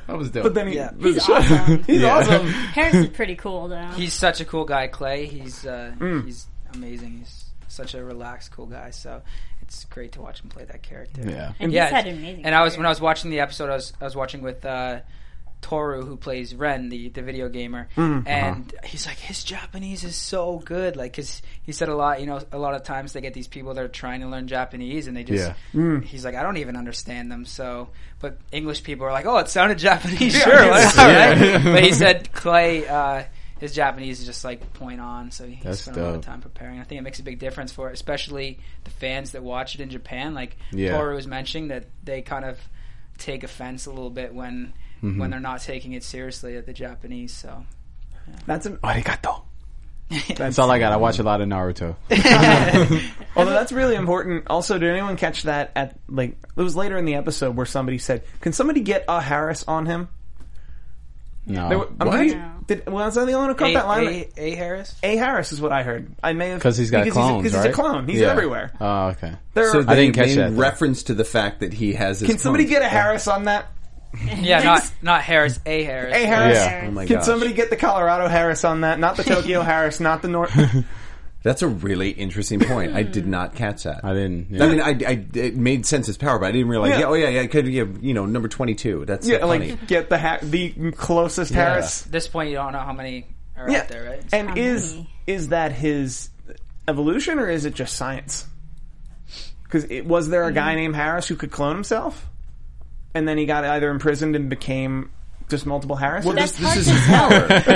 Speaker 6: That was dope.
Speaker 2: But then he,
Speaker 4: Yeah.
Speaker 2: he's, <laughs>
Speaker 5: awesome.
Speaker 2: awesome.
Speaker 5: Harris is pretty cool though.
Speaker 4: He's such a cool guy, Clay. He's uh, he's amazing. He's such a relaxed, cool guy. So it's great to watch him play that character.
Speaker 6: yeah,
Speaker 5: and
Speaker 4: Yeah,
Speaker 5: he's had
Speaker 4: it's-
Speaker 5: an amazing.
Speaker 4: And I was
Speaker 5: career.
Speaker 4: when I was watching the episode, I was I was watching with uh, Toru, who plays Ren, the the video gamer,
Speaker 6: Hmm, uh-huh.
Speaker 4: and he's like his Japanese is so good, like because he said a lot, you know, a lot of times they get these people that are trying to learn Japanese and they just,
Speaker 5: Hmm.
Speaker 4: he's like I don't even understand them, so but English people are like, oh, it sounded Japanese, <laughs> sure,
Speaker 5: <laughs>
Speaker 4: all right. but he
Speaker 6: <laughs>
Speaker 4: said Clay. Uh, his Japanese is just like point on, so he
Speaker 6: That's
Speaker 4: spent a lot of
Speaker 6: dope.
Speaker 4: time preparing. I think it makes a big difference for, especially the fans that watch it in Japan. Like
Speaker 6: Yeah.
Speaker 4: Toru was mentioning that they kind of take offense a little bit when when they're not taking it seriously at the Japanese. So
Speaker 2: That's an,
Speaker 6: arigato.
Speaker 2: that's
Speaker 6: That's all I got. I watch a lot of
Speaker 2: <laughs>
Speaker 6: Naruto.
Speaker 2: Although that's really important. Also, did anyone catch that at like it was later in the episode where somebody said, "Can somebody get a Harris on him?" They were-
Speaker 6: No,
Speaker 2: I'm
Speaker 3: What?
Speaker 2: pretty-
Speaker 5: No.
Speaker 2: Did, well, was I the only one who caught
Speaker 4: a,
Speaker 2: that line?
Speaker 4: a, a Harris.
Speaker 2: A Harris is what I heard. I may have
Speaker 6: 'Cause he's got
Speaker 2: because
Speaker 6: clones,
Speaker 2: Because
Speaker 6: right?
Speaker 2: he's a clone. He's
Speaker 6: Yeah.
Speaker 2: everywhere.
Speaker 6: Oh, okay.
Speaker 2: There
Speaker 3: So
Speaker 2: are-
Speaker 3: they
Speaker 6: I didn't catch
Speaker 3: made
Speaker 6: that, though.
Speaker 3: reference to the fact that he has. His
Speaker 2: can somebody
Speaker 3: clones.
Speaker 2: get a Harris on that?
Speaker 4: Yeah, not not Harris. A Harris.
Speaker 2: A Harris.
Speaker 6: Yeah.
Speaker 3: Oh my
Speaker 2: Can
Speaker 3: gosh.
Speaker 2: somebody get the Colorado Harris on that? Not the Tokyo Harris. Not the North. It
Speaker 3: That's a really interesting point. I did not catch that.
Speaker 6: I didn't. yeah.
Speaker 3: I mean, I, I it made sense as power, but I didn't realize.
Speaker 2: Yeah.
Speaker 3: Yeah, oh yeah, yeah, it could be, you know, number twenty-two.
Speaker 2: <laughs>
Speaker 3: That's
Speaker 2: yeah,
Speaker 3: funny.
Speaker 2: like get the ha- the closest Harris.
Speaker 4: At this point, you don't know how many are
Speaker 2: Yeah.
Speaker 4: out there, right?
Speaker 2: And
Speaker 5: How
Speaker 2: is
Speaker 5: many?
Speaker 2: is that his evolution or is it just science? Because was there a guy
Speaker 4: Mm-hmm.
Speaker 2: named Harris who could clone himself, and then he got either imprisoned and became just multiple Harris?
Speaker 5: That's
Speaker 3: this
Speaker 5: hard
Speaker 3: is
Speaker 5: to tell. That's,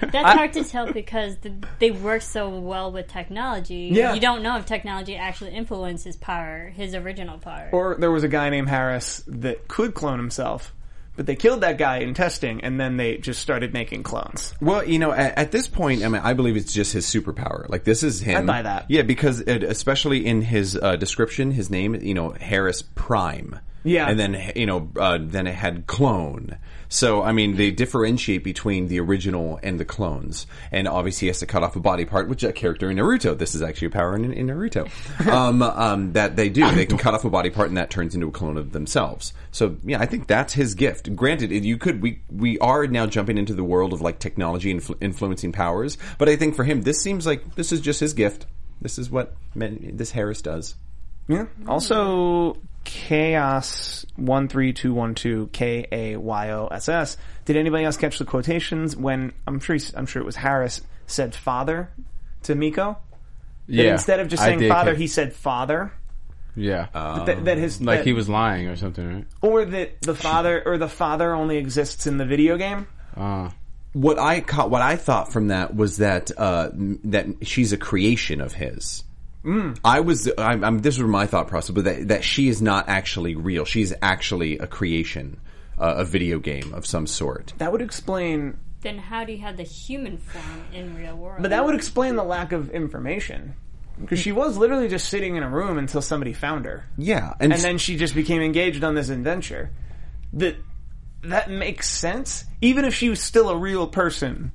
Speaker 5: that's
Speaker 4: I-
Speaker 5: hard to tell because the, they work so well with technology.
Speaker 2: Yeah.
Speaker 5: You don't know if technology actually influences power, his original power.
Speaker 2: or there was a guy named Harris that could clone himself, but they killed that guy in testing, and then they just started making clones.
Speaker 3: Well, you know, at, at this point, I mean, I believe it's just his superpower. Like this is him.
Speaker 2: I'd buy that.
Speaker 3: Yeah, because it, especially in his uh, description, his name, you know, Harris Prime.
Speaker 2: Yeah.
Speaker 3: and then you know, uh, then it had clone. So I mean, they differentiate between the original and the clones, and obviously he has to cut off a body part, which a character in Naruto. This is actually a power in, in Naruto um, um, that they do. They can cut off a body part, and that turns into a clone of themselves. So yeah, I think that's his gift. Granted, you could we we are now jumping into the world of like technology influ- influencing powers, but I think for him, this seems like this is just his gift. This is what men, this Harris does.
Speaker 2: Yeah. Also, Chaos one three two one two K A Y O S S. Did anybody else catch the quotations when I'm sure he's- I'm sure it was Harris said father to Miko? That
Speaker 6: yeah.
Speaker 2: Instead of just
Speaker 6: I
Speaker 2: saying
Speaker 6: did
Speaker 2: father,
Speaker 6: catch-
Speaker 2: he said father.
Speaker 6: yeah,
Speaker 2: That, that his
Speaker 6: like
Speaker 2: that-
Speaker 6: he was lying or something, right?
Speaker 2: or that the father or the father only exists in the video game.
Speaker 6: Uh,
Speaker 3: what I caught, what I thought from that was that uh, m- that she's a creation of his.
Speaker 2: Mm.
Speaker 3: I was, I'm, I'm, this was my thought process, but that, that she is not actually real. She's actually a creation, uh, a video game of some sort.
Speaker 2: That would explain,
Speaker 5: then how do you have the human form in real world?
Speaker 2: but that would explain the lack of information because she was literally just sitting in a room until somebody found her.
Speaker 3: Yeah,
Speaker 2: and then she just became engaged on this adventure. That that makes sense, even if she was still a real person.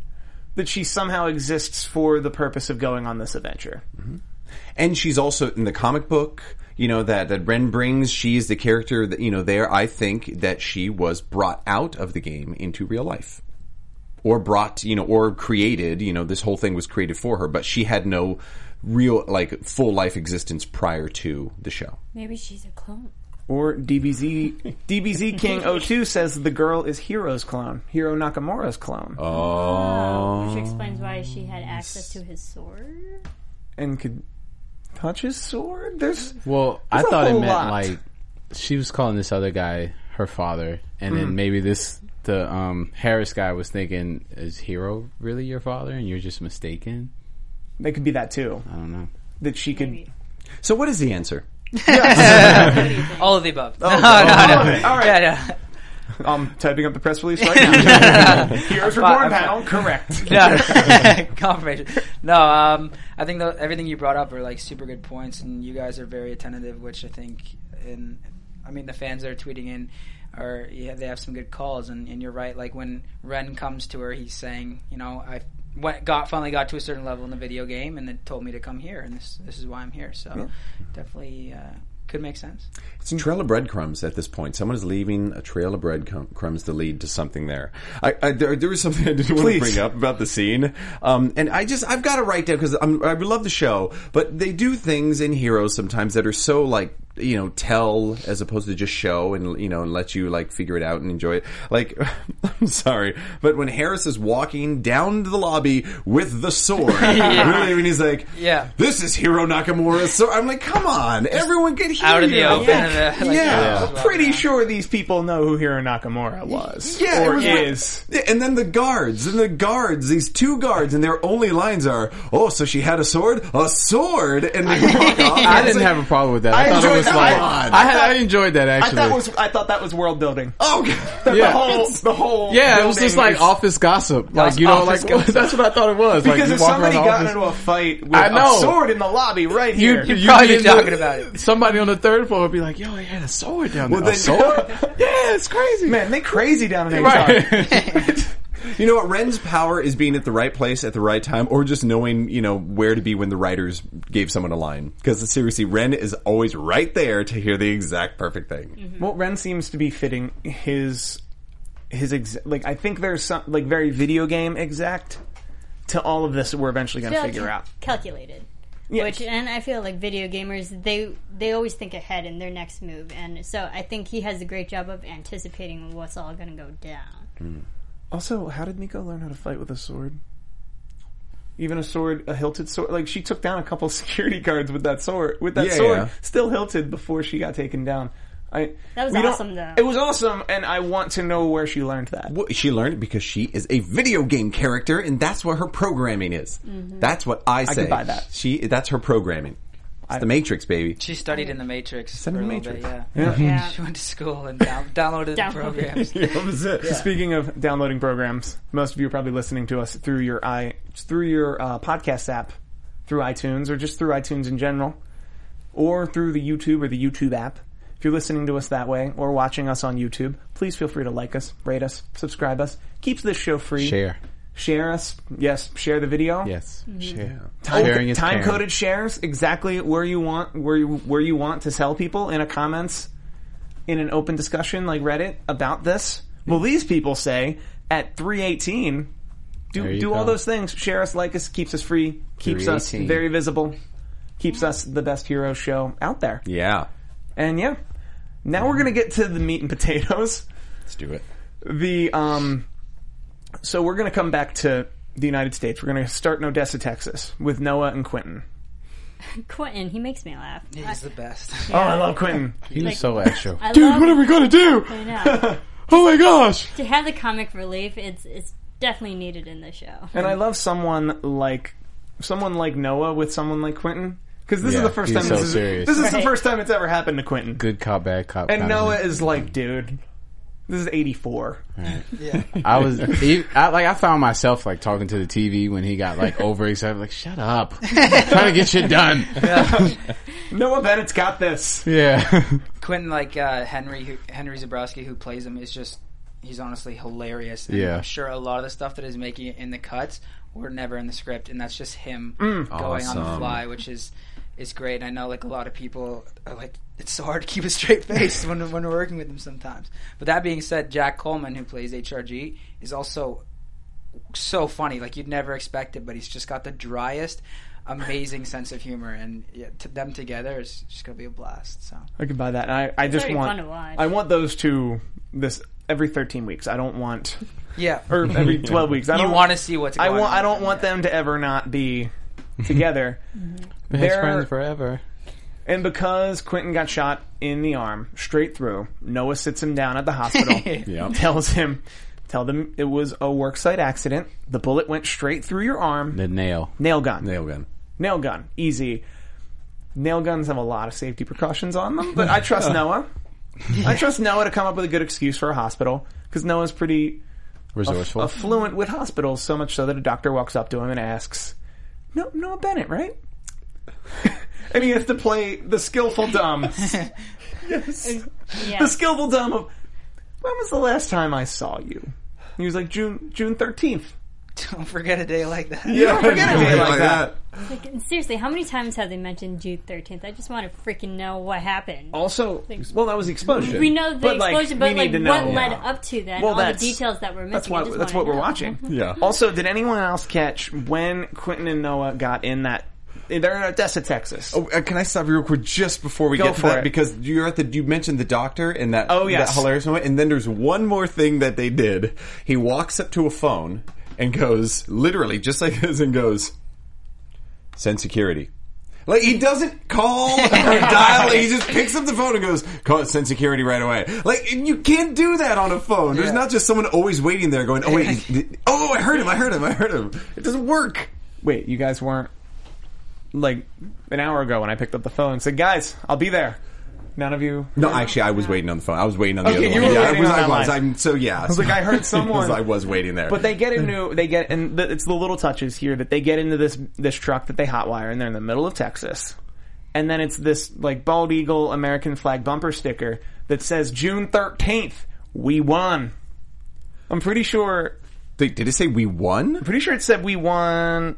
Speaker 2: That she somehow exists for the purpose of going on this adventure.
Speaker 3: Mm-hmm. and she's also in the comic book. You know that that Ren brings. She is the character that you know there. I think that she was brought out of the game into real life, or brought you know, or created. You know, this whole thing was created for her, but she had no real like full life existence prior to the show.
Speaker 5: Maybe she's a clone.
Speaker 2: Or DBZ
Speaker 3: <laughs>
Speaker 2: DBZ King 02 says the girl is Hero's clone, Hero Nakamura's clone,
Speaker 5: Oh. Which explains why she had access to his sword.
Speaker 2: and could touch his sword. There's
Speaker 6: well, I
Speaker 2: There's a
Speaker 6: thought it
Speaker 2: whole
Speaker 6: meant
Speaker 2: lot.
Speaker 6: like she was calling this other guy her father, and
Speaker 2: Mm-hmm.
Speaker 6: then maybe this the um Harris guy was thinking, "Is Hero really your father?" And you're just mistaken.
Speaker 2: they could be that too.
Speaker 6: I don't know.
Speaker 2: That she could
Speaker 5: Maybe.
Speaker 3: So, what is the answer?
Speaker 4: All of the above. no, <laughs>
Speaker 2: Oh,
Speaker 4: no, no.
Speaker 2: All right.
Speaker 4: Yeah, yeah.
Speaker 2: <laughs> I'm typing up the press release
Speaker 3: <laughs>
Speaker 2: right now. Here's
Speaker 4: fine,
Speaker 2: reborn
Speaker 4: I'm
Speaker 2: panel. Correct.
Speaker 4: Yeah. <laughs> Confirmation. No, um, I think the, everything you brought up are like super good points, and you guys are very attentive, which I think, and I mean the fans that are tweeting in are yeah they have some good calls, and, and you're right. Like when Ren comes to her, he's saying, you know, I went got finally got to a certain level in the video game, and then told me to come here, and this this is why I'm here. So definitely uh, could make sense.
Speaker 3: It's a trail of breadcrumbs at this point. Someone is leaving a trail of breadcrumbs to lead to something there. I, I there, there was something I did want to
Speaker 2: Please.
Speaker 3: bring up about the scene, um, and I just I've got to write down because I love the show, but they do things in Heroes sometimes that are so like you know tell as opposed to just show and you know and let you like figure it out and enjoy it. Like <laughs> I'm sorry, but when Harris is walking down the lobby with the
Speaker 4: <laughs>
Speaker 3: sword, <laughs> really, when he's like,
Speaker 4: Yeah.
Speaker 3: this is Hero Nakamura's sword. I'm like, come on, everyone get here
Speaker 4: Out in the
Speaker 3: you.
Speaker 4: open.
Speaker 3: Yeah.
Speaker 4: <laughs> Like,
Speaker 3: yeah.
Speaker 4: yeah.
Speaker 2: Pretty sure these people know who Hiro Nakamura was.
Speaker 3: Yeah, it
Speaker 2: or
Speaker 3: was-
Speaker 2: is.
Speaker 3: Yeah, And then the guards, and the guards, these two guards, and their only lines are, "Oh, so she had a sword, a sword," and they walk off.
Speaker 6: I didn't have a problem with that. I,
Speaker 2: I
Speaker 6: thought
Speaker 2: enjoyed
Speaker 6: it was
Speaker 2: that.
Speaker 6: like
Speaker 3: I-
Speaker 6: I, had, I enjoyed that
Speaker 2: I
Speaker 6: actually.
Speaker 2: thought was I thought that was world building.
Speaker 3: Oh, God.
Speaker 6: Yeah.
Speaker 2: The whole the whole
Speaker 6: yeah, it was
Speaker 2: building
Speaker 6: just like
Speaker 2: is-
Speaker 6: office gossip. Like
Speaker 2: was
Speaker 6: you know,
Speaker 2: office
Speaker 6: like
Speaker 2: gossip.
Speaker 6: <laughs> that's what I thought it was. like,
Speaker 2: because
Speaker 6: you
Speaker 2: if
Speaker 6: walk
Speaker 2: somebody
Speaker 6: around the
Speaker 2: got
Speaker 6: office-
Speaker 2: into a fight with
Speaker 6: I know.
Speaker 2: a sword in the lobby right here, <laughs>
Speaker 6: you, you
Speaker 4: probably
Speaker 6: get into-
Speaker 4: talking about it.
Speaker 6: Somebody on the third floor would be like, "Yo, I had a sword down there."
Speaker 3: Well,
Speaker 6: a
Speaker 3: then-
Speaker 2: <laughs>
Speaker 6: sword? yeah, it's crazy.
Speaker 2: man, they crazy down in Exotic.
Speaker 6: Right.
Speaker 3: you know what? Ren's power is being at the right place at the right time, or just knowing you know where to be when the writers gave someone a line. Because seriously, Ren is always right there to hear the exact perfect thing.
Speaker 2: <laughs> Well, Ren seems to be fitting his his ex- like I think there's some like very video game exact to all of this that we're eventually going to
Speaker 5: Cal-
Speaker 2: figure out.
Speaker 5: calculated.
Speaker 2: Yeah.
Speaker 5: Which and I feel like video gamers they they always think ahead in their next move, and so I think he has a great job of anticipating what's all going to go down.
Speaker 2: Also, how did Miko learn how to fight with a sword? Even a sword, a hilted sword. Like she took down a couple <laughs> security guards with that sword. With that
Speaker 3: Yeah,
Speaker 2: sword,
Speaker 3: yeah.
Speaker 2: still hilted before she got taken down. I
Speaker 5: That was
Speaker 2: we don't-
Speaker 5: awesome, though.
Speaker 2: It was awesome, and I want to know where she learned that.
Speaker 3: Well, she learned it because she is a video game character, and that's what her programming is. That's what I say.
Speaker 2: buy that.
Speaker 3: She that's her programming. It's the Matrix, baby.
Speaker 4: She studied in the Matrix for a
Speaker 3: in the
Speaker 4: little
Speaker 3: Matrix.
Speaker 4: bit. Yeah.
Speaker 5: Yeah.
Speaker 4: <laughs> She went to school and down- downloaded the
Speaker 5: Downloaded.
Speaker 4: programs.
Speaker 2: Speaking of downloading programs, most of you are probably listening to us through your i through your uh, podcast app, through iTunes, or just through iTunes in general, or through the YouTube or the YouTube app. If you're listening to us that way or watching us on YouTube, please feel free to like us, rate us, subscribe us. Keeps this show free.
Speaker 6: Share.
Speaker 2: Share us. Yes, share the video.
Speaker 6: Yes. Share. Sharing
Speaker 2: Time,
Speaker 6: is
Speaker 2: time
Speaker 6: caring.
Speaker 2: coded Oh, shares exactly where you want where you, where you want to sell people in a comments in an open discussion like Reddit about this. Well, these people say at 318
Speaker 6: There
Speaker 2: do
Speaker 6: you
Speaker 2: do all
Speaker 6: go.
Speaker 2: those things. Share us, like us, keeps us free, keeps us
Speaker 6: 318.
Speaker 2: very visible, keeps us the best hero show out there.
Speaker 3: Yeah,
Speaker 2: And yeah, now we're going to get to the meat and potatoes
Speaker 3: let's do it.
Speaker 2: the um so we're going to come back to the United States. We're going to start in Odessa, Texas, with Noah and Quentin.
Speaker 5: Quentin, he makes me laugh.
Speaker 4: He's the best.
Speaker 2: Oh, I love Quentin.
Speaker 6: He was
Speaker 5: Like-
Speaker 6: so extra.
Speaker 5: I
Speaker 6: Dude,
Speaker 5: love-
Speaker 6: <laughs> what are we gonna do?
Speaker 5: I know. <laughs>
Speaker 6: Oh my gosh!
Speaker 5: to have the comic relief, it's it's definitely needed in the
Speaker 6: <laughs>
Speaker 5: show.
Speaker 2: <laughs> And I love someone like someone like Noah with someone like Quentin because this
Speaker 6: Yeah,
Speaker 2: is the first
Speaker 6: he's
Speaker 2: time
Speaker 6: so
Speaker 2: this is
Speaker 6: serious.
Speaker 2: this is the
Speaker 5: Right.
Speaker 2: first time it's ever happened to Quentin.
Speaker 6: Good cop, bad cop.
Speaker 2: And
Speaker 6: kind of
Speaker 2: Noah
Speaker 6: thing.
Speaker 2: is like, dude, this is 84.
Speaker 6: I was he, I, like, I found myself like talking to the TV when he got like overexcited. Like, shut up,
Speaker 2: <laughs>
Speaker 6: trying to get shit done.
Speaker 2: Noah Bennett's got this.
Speaker 6: Yeah, <laughs>
Speaker 4: Quentin, like uh, Henry, who, Henry Zabrowski, who plays him, is just. He's honestly hilarious. And
Speaker 6: Yeah.
Speaker 4: I'm sure a lot of the stuff that is making it in the cuts were never in the script, and that's just him going on the
Speaker 3: Awesome.
Speaker 4: fly, which is is great. And I know like a lot of people are like, it's so hard to keep a straight <laughs> face when when we're working with him sometimes. But that being said, Jack Coleman, who plays HRG, is also so funny. Like you'd never expect it, but he's just got the driest, amazing sense of humor, and yeah, to them together is just gonna be a blast. So.
Speaker 2: I could buy that. And I, I just
Speaker 5: very
Speaker 2: want
Speaker 5: fun to watch.
Speaker 2: I want those two this every 13 weeks. I don't want
Speaker 4: Yeah.
Speaker 2: or
Speaker 6: <laughs>
Speaker 2: every 12 weeks. I
Speaker 4: you
Speaker 2: don't
Speaker 4: want to see what's
Speaker 2: I
Speaker 4: going
Speaker 2: want.
Speaker 4: on.
Speaker 2: I don't want them to ever not
Speaker 6: <laughs>
Speaker 2: be together.
Speaker 6: best
Speaker 2: They're-
Speaker 6: friends forever.
Speaker 2: and because Quentin got shot in the arm, straight through, Noah sits him down at the hospital.
Speaker 6: Yeah.
Speaker 2: <laughs> Tells him, tell them it was a worksite accident. The bullet went straight through your arm.
Speaker 6: The nail.
Speaker 2: Nail gun.
Speaker 3: Nail gun.
Speaker 2: Nail gun. Easy. Nail guns have a lot of safety precautions on them, but I trust Noah. I trust Noah to come up with a good excuse for a hospital because Noah's pretty
Speaker 6: Resourceful.
Speaker 2: affluent with hospitals, so much so that a doctor walks up to him and asks, "No, Noah Bennett, right?" <laughs> and he has to play the skillful dumb,
Speaker 5: Yeah.
Speaker 2: the skillful dumb of, "When was the last time I saw you?" And he was like, "June, June thirteenth.
Speaker 4: Don't forget a day like that.
Speaker 2: You don't forget a day
Speaker 3: Something
Speaker 2: like that.
Speaker 5: Like, and seriously, how many times have they mentioned June 13th? I just want to freaking know what happened.
Speaker 6: Um,
Speaker 2: Also, well, that was the explosion.
Speaker 5: we know the
Speaker 2: But, like,
Speaker 5: explosion,
Speaker 2: we
Speaker 5: but
Speaker 2: need
Speaker 5: like
Speaker 2: to
Speaker 5: what
Speaker 2: know.
Speaker 5: led
Speaker 2: Yeah.
Speaker 5: up to that,
Speaker 2: Well,
Speaker 5: and all the
Speaker 2: that's-
Speaker 5: details that were missing.
Speaker 2: That's
Speaker 5: I
Speaker 2: why.
Speaker 5: just
Speaker 2: That's
Speaker 5: wanna
Speaker 2: what we're
Speaker 5: know.
Speaker 2: watching.
Speaker 5: <laughs>
Speaker 3: Yeah.
Speaker 2: Also, did anyone else catch when Quentin and Noah got in that? They're in Odessa, Texas.
Speaker 3: Oh, uh, can I stop you real quick just before we
Speaker 2: Go
Speaker 3: get to
Speaker 2: for
Speaker 3: that?
Speaker 2: it.
Speaker 3: Because you're at the you mentioned the doctor and that
Speaker 2: Oh, yes.
Speaker 3: that hilarious moment, and then there's one more thing that they did. He walks up to a phone and goes literally just like this and goes send security. Like he doesn't
Speaker 2: <laughs>
Speaker 3: call or dial. He just picks up the phone and goes, "Call it, send security right away." Like you can't do that on a phone. There's
Speaker 4: Yeah.
Speaker 3: not just someone always waiting there going, "Oh wait, he-
Speaker 2: <laughs>
Speaker 3: oh I heard him, I heard him, I heard him." It doesn't work.
Speaker 2: Wait, you guys weren't like an hour ago when I picked up the phone and said, "Guys, I'll be there." None of you.
Speaker 3: No, actually, I was waiting on the phone. I was waiting on the
Speaker 2: Okay,
Speaker 3: other
Speaker 2: you
Speaker 3: one.
Speaker 2: were
Speaker 3: yeah,
Speaker 2: waiting
Speaker 3: I was.
Speaker 2: on
Speaker 3: I
Speaker 2: that
Speaker 3: was.
Speaker 2: line.
Speaker 3: I'm, so yeah, I
Speaker 2: was like, I
Speaker 3: <laughs>
Speaker 2: heard someone.
Speaker 3: I was waiting there.
Speaker 2: But they get into
Speaker 6: <laughs>
Speaker 2: they get and th- it's the little touches here that they get into this this truck that they hotwire and they're in the middle of Texas, and then it's this like bald eagle American flag bumper sticker that says June thirteenth we won. I'm pretty sure
Speaker 3: They- did it say we won?
Speaker 2: pretty sure it said we won.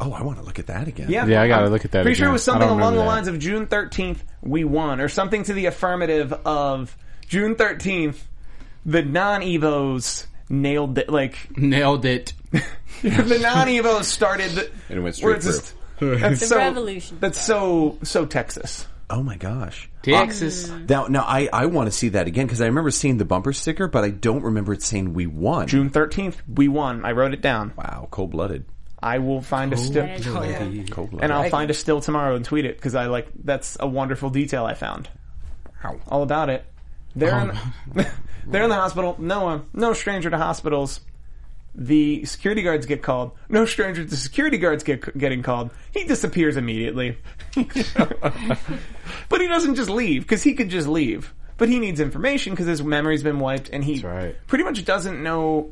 Speaker 3: Oh, I want to look at that again.
Speaker 2: Yeah,
Speaker 6: Yeah, I gotta
Speaker 2: I'm
Speaker 6: look at that
Speaker 2: Pretty sure
Speaker 6: again.
Speaker 2: it was
Speaker 6: I don't
Speaker 2: something along
Speaker 6: remember
Speaker 2: the
Speaker 6: that.
Speaker 2: lines of June thirteenth we won or something to the affirmative of June thirteenth the non evos nailed it like
Speaker 6: Nailed
Speaker 2: <laughs>
Speaker 6: it.
Speaker 2: the non evos started the,
Speaker 3: And it went
Speaker 2: where
Speaker 3: straight
Speaker 2: it's
Speaker 3: through.
Speaker 2: just- That's
Speaker 5: The
Speaker 2: so,
Speaker 5: revolution.
Speaker 2: That's so so Texas.
Speaker 3: Oh my gosh.
Speaker 6: Texas.
Speaker 5: Mm,
Speaker 3: Now, now I, I want to see that again because I remember seeing the bumper sticker, but I don't remember it saying we won.
Speaker 2: June thirteenth, we won. I wrote it down.
Speaker 3: Wow, cold blooded.
Speaker 2: I will find a still,
Speaker 5: That is
Speaker 4: yeah.
Speaker 5: hilarious.
Speaker 3: Cold blooded.
Speaker 2: Oh, and I'll find a still tomorrow and tweet it because I like that's a wonderful detail I found. All about it. They're in the, <laughs> they're in the hospital. No one, no stranger to hospitals. The security guards get called. No stranger to security guards get getting called. He disappears immediately. <laughs> but he doesn't just leave because he could just leave. But he needs information because his memory's been wiped, and he
Speaker 6: right.
Speaker 2: pretty much doesn't know.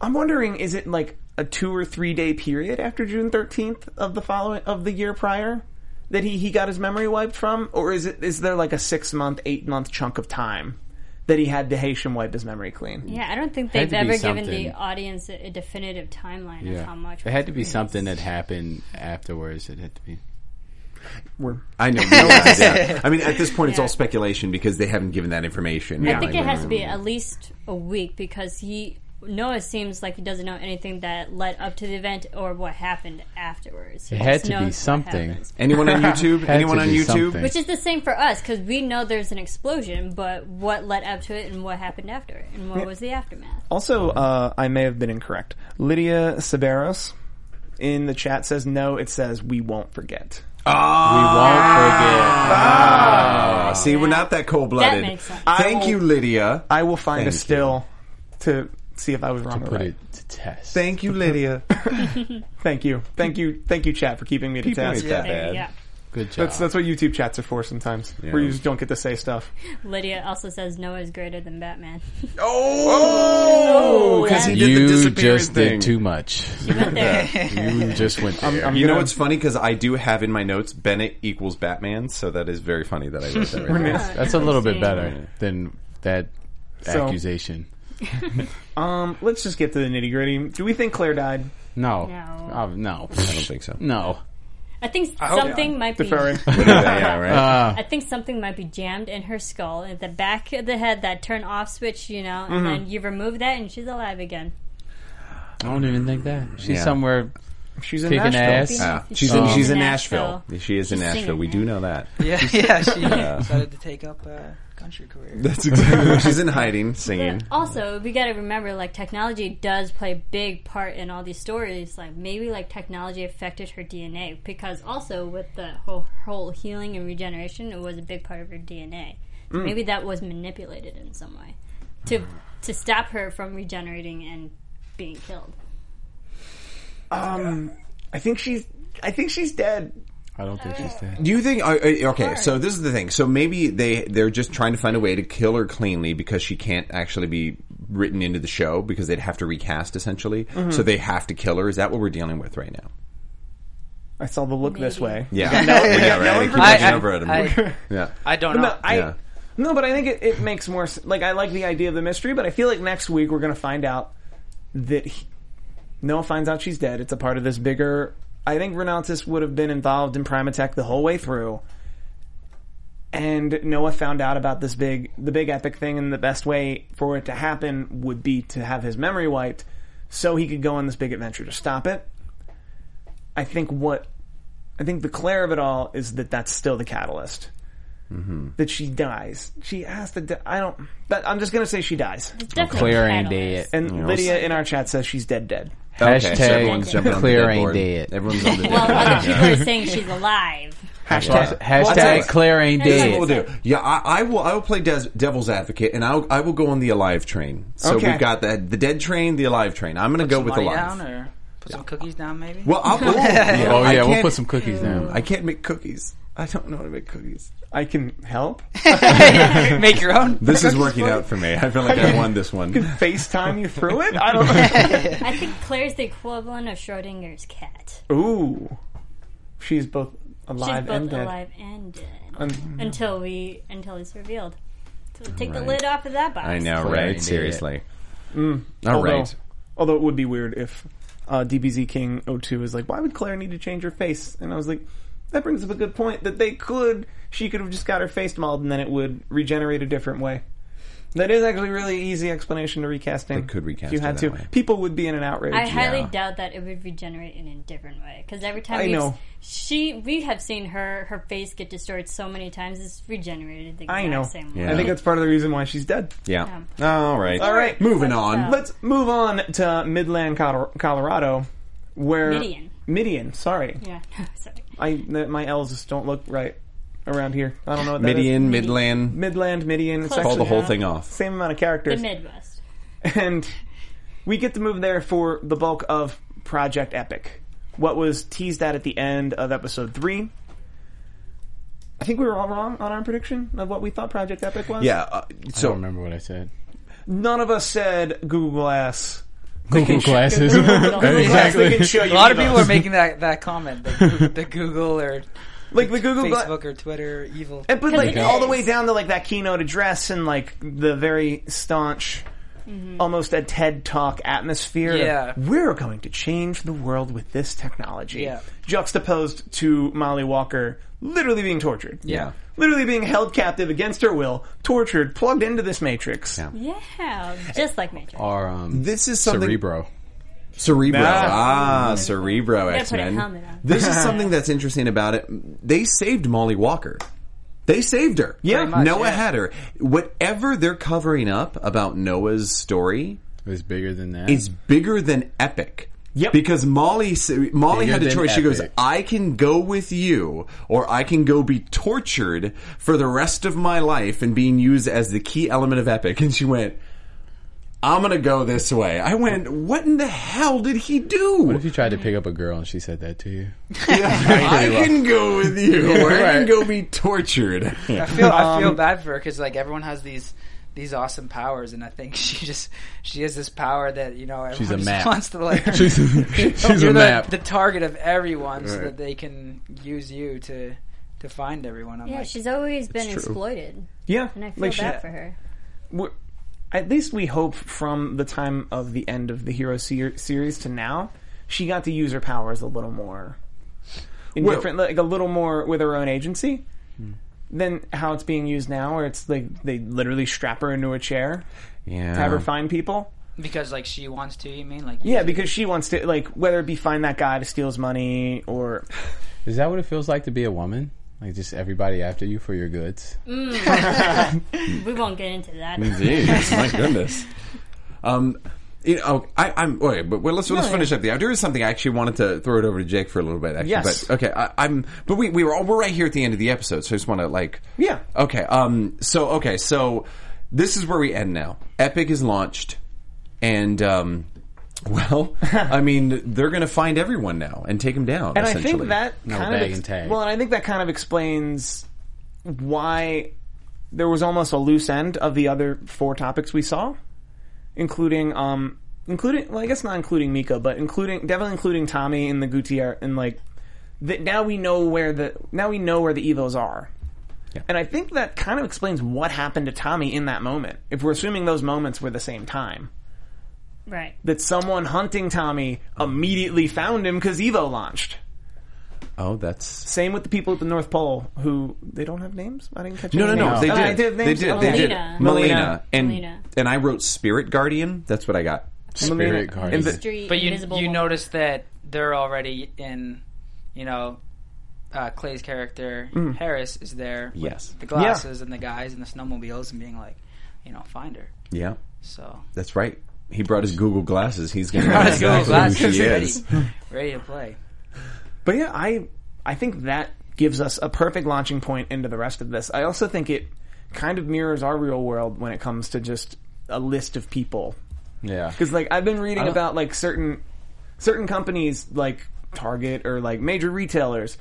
Speaker 2: I'm wondering, is it like a two or three day period after June 13th of the following of the year prior that he he got his memory wiped from, or is it is there like a six month, eight month chunk of time that he had the Haitian wipe his memory clean?
Speaker 5: Yeah, I don't think
Speaker 6: Had
Speaker 5: they've
Speaker 6: to be
Speaker 5: ever given the
Speaker 6: something.
Speaker 5: audience a a definitive timeline of how much.
Speaker 6: It had to be
Speaker 5: was-
Speaker 6: something that happened afterwards. It had to be.
Speaker 2: We're-
Speaker 3: I know. no idea.
Speaker 2: <laughs>
Speaker 3: I mean, at this point, it's all speculation because they haven't given that information.
Speaker 5: I think it has to be at least a week because he Noah seems like he doesn't know anything that led up to the event or what happened afterwards. He
Speaker 6: It had
Speaker 5: just
Speaker 6: to be
Speaker 5: knows what
Speaker 6: something.
Speaker 5: happens.
Speaker 3: Anyone on YouTube?
Speaker 6: Had
Speaker 3: Anyone
Speaker 6: to
Speaker 3: on
Speaker 6: be
Speaker 3: YouTube?
Speaker 6: something.
Speaker 5: Which is the same for us because we know there's an explosion, but what led up to it and what happened after it and what was the aftermath?
Speaker 3: Oh,
Speaker 2: Also, uh, I may have been incorrect. Lydia Saberos in the chat says no. It says we won't forget.
Speaker 6: We
Speaker 3: Ah,
Speaker 6: won't
Speaker 3: Uh,
Speaker 6: forget.
Speaker 3: see, we're not that cold blooded.
Speaker 5: That makes sense.
Speaker 3: Thank you, Lydia.
Speaker 2: I will find
Speaker 3: Thank
Speaker 2: a
Speaker 3: you.
Speaker 2: still to see if I was wrong. or
Speaker 6: Put
Speaker 2: right.
Speaker 6: it to test.
Speaker 3: Thank you, Lydia.
Speaker 2: <laughs> Thank you, thank you, thank you, chat, for keeping me to
Speaker 3: People
Speaker 2: task.
Speaker 3: ain't that bad.
Speaker 5: Yeah.
Speaker 6: Good job.
Speaker 2: That's that's what YouTube chats are for sometimes, where you just don't get to say stuff.
Speaker 5: Lydia also says Noah is greater than Batman. <laughs>
Speaker 3: Oh, because he did the
Speaker 6: you
Speaker 3: disappearance
Speaker 6: just
Speaker 3: thing.
Speaker 6: did
Speaker 2: <laughs>
Speaker 6: too much.
Speaker 5: Went there.
Speaker 6: you just went there.
Speaker 2: I'm
Speaker 3: You know
Speaker 2: gonna-
Speaker 3: what's funny? Because I do have in my notes Bennett equals Batman, so that is very funny that I wrote that. Right <laughs> there.
Speaker 6: That's a little bit
Speaker 5: Interesting.
Speaker 6: better than that
Speaker 2: So-
Speaker 6: accusation.
Speaker 2: Um, let's just get to the nitty gritty. Do we think Claire died?
Speaker 6: No.
Speaker 5: No.
Speaker 6: Uh, no.
Speaker 3: I don't think
Speaker 6: <laughs>
Speaker 3: so.
Speaker 6: No.
Speaker 5: I think
Speaker 4: hope
Speaker 5: something might be.
Speaker 6: <laughs>
Speaker 2: Deferring.
Speaker 3: yeah, right.
Speaker 6: Uh,
Speaker 5: I think something might be jammed in her skull at the back of the head. That turn off switch, you know, and then you remove that and she's alive again.
Speaker 6: I don't even think that. She's
Speaker 3: Yeah.
Speaker 6: somewhere
Speaker 2: She's in
Speaker 6: kicking
Speaker 2: Nashville.
Speaker 6: ass.
Speaker 3: Ah,
Speaker 5: She's
Speaker 3: she's in,
Speaker 6: um,
Speaker 5: in
Speaker 3: she's in Nashville.
Speaker 5: Nashville.
Speaker 3: She is in
Speaker 5: She's
Speaker 3: Nashville.
Speaker 5: singing
Speaker 3: We
Speaker 5: now.
Speaker 3: do know that.
Speaker 4: <laughs> Yeah, yeah. She decided to take up a country career.
Speaker 3: <laughs> <laughs> That's exactly. she's in hiding, singing.
Speaker 5: Also, we got to remember like technology does play a big part in all these stories. Like maybe like technology affected her DNA because also with the whole whole healing and regeneration, it was a big part of her DNA. So Maybe that was manipulated in some way to to stop her from regenerating and being killed.
Speaker 2: I think she's. I think she's dead.
Speaker 6: I don't think
Speaker 5: Uh,
Speaker 6: she's dead.
Speaker 3: Do you think? I- I- Okay, so this is the thing. So maybe they they're just trying to find a way to kill her cleanly because she can't actually be written into the show because they'd have to recast essentially. So they have to kill her. Is that what we're dealing with right now?
Speaker 2: I saw the look this way.
Speaker 3: Yeah, <laughs> no, yeah, right. I keep looking
Speaker 4: I-
Speaker 3: over at him.
Speaker 4: I-
Speaker 3: yeah,
Speaker 4: I don't know.
Speaker 2: No, I,
Speaker 3: Yeah.
Speaker 2: no, but I think it, it makes more. s- Like I like the idea of the mystery, but I feel like next week we're going to find out that he, Noah finds out she's dead. It's a part of this bigger. I think Renaltis would have been involved in Prime Attack the whole way through, and Noah found out about this big, the big epic thing, and the best way for it to happen would be to have his memory wiped, so he could go on this big adventure to stop it. I think what. I think the clair of it all is that that's still the catalyst that she dies. She has to. Di- I don't. But I'm just gonna say she dies.
Speaker 5: Definitely
Speaker 6: Clear ain't
Speaker 5: catalyst.
Speaker 6: dead.
Speaker 2: And Lydia in our chat says she's dead, dead.
Speaker 3: Okay, so everyone's jumping on the
Speaker 6: clear
Speaker 3: dead
Speaker 6: ain't
Speaker 3: board.
Speaker 6: dead.
Speaker 3: Everyone's on the dead
Speaker 5: Well,
Speaker 3: board.
Speaker 5: other
Speaker 3: Yeah.
Speaker 5: people are saying she's alive.
Speaker 2: Hashtag.
Speaker 6: Hashtag
Speaker 2: Well,
Speaker 6: Claire ain't
Speaker 5: That's
Speaker 3: That's
Speaker 6: dead.
Speaker 3: what we'll do. Yeah, I, I will. I will play des- devil's advocate, and I'll I will go on the alive train. So
Speaker 2: Okay.
Speaker 3: we've got the the dead train, the alive train. I'm going to go with
Speaker 4: money
Speaker 3: alive.
Speaker 4: down or put some cookies down, maybe.
Speaker 3: well, <laughs> I'll put, yeah,
Speaker 6: Oh
Speaker 3: I
Speaker 6: yeah, we'll
Speaker 3: can't-
Speaker 6: put some cookies
Speaker 4: Mm.
Speaker 6: down.
Speaker 3: I can't make cookies. I don't know how to make cookies.
Speaker 2: I can help. <laughs>
Speaker 4: Make your own.
Speaker 3: This is working out for me. I feel like I won this one.
Speaker 2: FaceTime you through it. I don't.
Speaker 5: I think Claire's the equivalent of Schrodinger's cat.
Speaker 2: Ooh, she's both
Speaker 5: She's
Speaker 2: alive and
Speaker 5: both
Speaker 2: dead.
Speaker 5: alive and dead
Speaker 2: Um,
Speaker 5: until we until he's revealed. So take the
Speaker 3: Right.
Speaker 5: lid off of that box.
Speaker 3: I know,
Speaker 6: Claire ain't
Speaker 3: right?
Speaker 6: dead.
Speaker 3: Seriously. All
Speaker 2: although,
Speaker 3: right.
Speaker 2: although it would be weird if uh, DBZ King 02 is like, why would Claire need to change her face? And I was like, that brings up a good point that they could. She could have just got her face mauled and then it would regenerate a different way. That is actually a really easy explanation to recasting.
Speaker 3: They could recast
Speaker 2: if you had
Speaker 3: her
Speaker 2: to.
Speaker 3: that way.
Speaker 2: People would be in an outrage.
Speaker 5: I highly doubt that it would regenerate in a different way because every time
Speaker 2: I
Speaker 5: we've-
Speaker 2: know.
Speaker 5: she we have seen her her face get distorted so many times it's regenerated the exact
Speaker 2: I know.
Speaker 5: same way.
Speaker 3: Yeah.
Speaker 2: I think that's part of the reason why she's dead.
Speaker 3: Yeah. All right.
Speaker 2: All right.
Speaker 3: Moving on.
Speaker 2: Let's move on to Midland, Col- Colorado, where
Speaker 5: Midian.
Speaker 2: Midian. Sorry,
Speaker 5: Yeah, <laughs> sorry.
Speaker 2: I th- my L's just don't look right around here. I don't know what that is.
Speaker 3: Midian, Midland.
Speaker 2: Midland, Midian. It's
Speaker 5: Close
Speaker 3: Call the
Speaker 2: actually
Speaker 3: whole thing off.
Speaker 2: same amount of
Speaker 5: The
Speaker 2: characters,
Speaker 5: Midwest.
Speaker 2: <laughs> and we get to move there for the bulk of Project Epic. What was teased at at the end of episode three. I think we were all wrong on our prediction of what we thought Project Epic was.
Speaker 3: Yeah. Uh,
Speaker 6: I
Speaker 3: so
Speaker 6: don't remember what
Speaker 4: <laughs>
Speaker 6: I said.
Speaker 2: None of us said Google Glass.
Speaker 4: <laughs>
Speaker 6: Google glasses.
Speaker 2: Glass, they
Speaker 6: exactly.
Speaker 2: can
Speaker 6: <laughs>
Speaker 2: show you
Speaker 4: A lot of people
Speaker 2: emails.
Speaker 4: are making that, that comment. The, <laughs> Goo- the Google or
Speaker 2: like the Google Glass.
Speaker 4: Facebook or Twitter are evil.
Speaker 2: And, but
Speaker 5: Because
Speaker 2: like
Speaker 5: it
Speaker 2: all the
Speaker 5: is.
Speaker 2: way down to like that keynote address and like the very staunch,
Speaker 5: Mm-hmm.
Speaker 2: almost a TED Talk atmosphere. of,
Speaker 4: Yeah.
Speaker 2: we're going to change the world with this technology.
Speaker 4: Yeah.
Speaker 2: Juxtaposed to Molly Walker literally being tortured.
Speaker 3: yeah.
Speaker 2: Literally being held captive against her will, tortured, plugged into this matrix.
Speaker 3: Yeah.
Speaker 5: Yeah, just like Matrix.
Speaker 6: Or um,
Speaker 3: This is something
Speaker 6: Cerebro.
Speaker 3: Cerebro.
Speaker 2: Ah.
Speaker 3: Ah, Cerebro
Speaker 5: Gotta
Speaker 3: X
Speaker 5: put a helmet
Speaker 3: Men.
Speaker 5: on.
Speaker 3: This is something that's interesting about it. They saved Molly Walker. They saved her.
Speaker 2: Yeah. much,
Speaker 3: Noah
Speaker 4: yeah.
Speaker 3: had her. Whatever they're covering up about Noah's story
Speaker 6: It was bigger than that.
Speaker 3: is bigger than epic.
Speaker 2: Yep.
Speaker 3: Because Molly s- Molly
Speaker 6: Bigger
Speaker 3: had a
Speaker 6: than
Speaker 3: choice. She goes,
Speaker 6: epic.
Speaker 3: "I can go with you or I can go be tortured for the rest of my life and being used as the key element of epic." And she went, "I'm going to go this way." I went, "What in the hell did he do?"
Speaker 6: What if you tried to pick up a girl and she said that to you?
Speaker 3: I can go with you. or I can
Speaker 6: Right.
Speaker 3: go be
Speaker 6: <laughs>
Speaker 3: tortured.
Speaker 4: I feel I feel bad for her because like everyone has these these awesome powers, and I think <laughs> she just she has this power that you know everyone
Speaker 6: She's a
Speaker 4: just
Speaker 6: map.
Speaker 4: wants to <laughs> like.
Speaker 6: She's, <laughs> she's
Speaker 4: you're the,
Speaker 6: a map.
Speaker 4: the target of everyone, so
Speaker 6: Right.
Speaker 4: that they can use you to to find everyone. I'm
Speaker 5: Yeah,
Speaker 4: like,
Speaker 5: she's always been
Speaker 3: true.
Speaker 5: exploited,
Speaker 2: Yeah,
Speaker 5: and I feel
Speaker 2: like she-
Speaker 5: bad for her.
Speaker 2: we're, at least we hope from the time of the end of the Hero ser- series to now, she got to use her powers a little more, in
Speaker 3: Well- Hmm.
Speaker 2: different, like a little more with her own agency. Than how it's being used now, where it's like they literally strap her into a chair,
Speaker 3: Yeah.
Speaker 2: have her find people.
Speaker 4: because like she wants to. You mean like
Speaker 2: Yeah, because she wants to, like, whether it be find that guy to steal his money or
Speaker 6: Is that what it feels like to be a woman? Like just everybody after you for your goods?
Speaker 5: We won't get into that.
Speaker 3: Jeez, my goodness. Um, you know, I, I'm okay, but well, let's let's finish up the. There is something I actually wanted to throw it over to Jake for a little bit. Actually,
Speaker 2: Yes.
Speaker 3: but okay, I, I'm. But we we were all, we're right here at the end of the episode, so I just want to like.
Speaker 2: Yeah.
Speaker 3: Okay. Um. So okay. So this is where we end now. Epic is launched, and um, <laughs> Well, I mean, they're going to find everyone now and take him down.
Speaker 2: and I
Speaker 3: essentially.
Speaker 2: think that
Speaker 6: No
Speaker 2: kind
Speaker 6: bag
Speaker 2: of
Speaker 6: and tag.
Speaker 2: well, and I think that kind of explains why there was almost a loose end of the other four topics we saw, including um, including well, I guess not including Miko, but including definitely including Tommy and the Gutierrez and like th- now we know where the now we know where the evos are. And I think that kind of explains what happened to Tommy in that moment. If we're assuming those moments were the same time,
Speaker 5: Right.
Speaker 2: that someone hunting Tommy immediately found him because Evo launched.
Speaker 3: Oh, that's
Speaker 2: Same with the people at the North Pole who they don't have names. I didn't catch.
Speaker 3: no, no,
Speaker 2: any
Speaker 3: no.
Speaker 2: names.
Speaker 3: They
Speaker 2: Oh,
Speaker 3: did.
Speaker 2: I have
Speaker 3: They
Speaker 2: names?
Speaker 3: did.
Speaker 2: Okay.
Speaker 3: They did.
Speaker 5: Melina.
Speaker 3: Melina and
Speaker 5: Melina.
Speaker 3: and I wrote Spirit Guardian. That's what I got.
Speaker 6: Spirit Guardian.
Speaker 3: And the-
Speaker 5: Street,
Speaker 4: But you
Speaker 5: invisible
Speaker 4: you
Speaker 5: woman.
Speaker 4: notice that they're already in, you know, uh, Clay's character Harris is there. with
Speaker 3: Yes.
Speaker 4: the glasses and the guys and the snowmobiles and being like, you know, find her.
Speaker 3: Yeah,
Speaker 4: So
Speaker 3: <laughs> that's right. He brought his Google glasses. He's going to
Speaker 4: Brought
Speaker 3: know
Speaker 4: his Google
Speaker 3: exactly
Speaker 4: <laughs>
Speaker 3: who
Speaker 4: glasses
Speaker 3: she
Speaker 4: ready,
Speaker 3: is.
Speaker 4: ready to
Speaker 3: <clears throat>
Speaker 4: play.
Speaker 2: But yeah, I I think that gives us a perfect launching point into the rest of this. I also think it kind of mirrors our real world when it comes to just a list of people.
Speaker 6: Yeah.
Speaker 2: Because like I've been reading about like certain certain companies like Target or like major retailers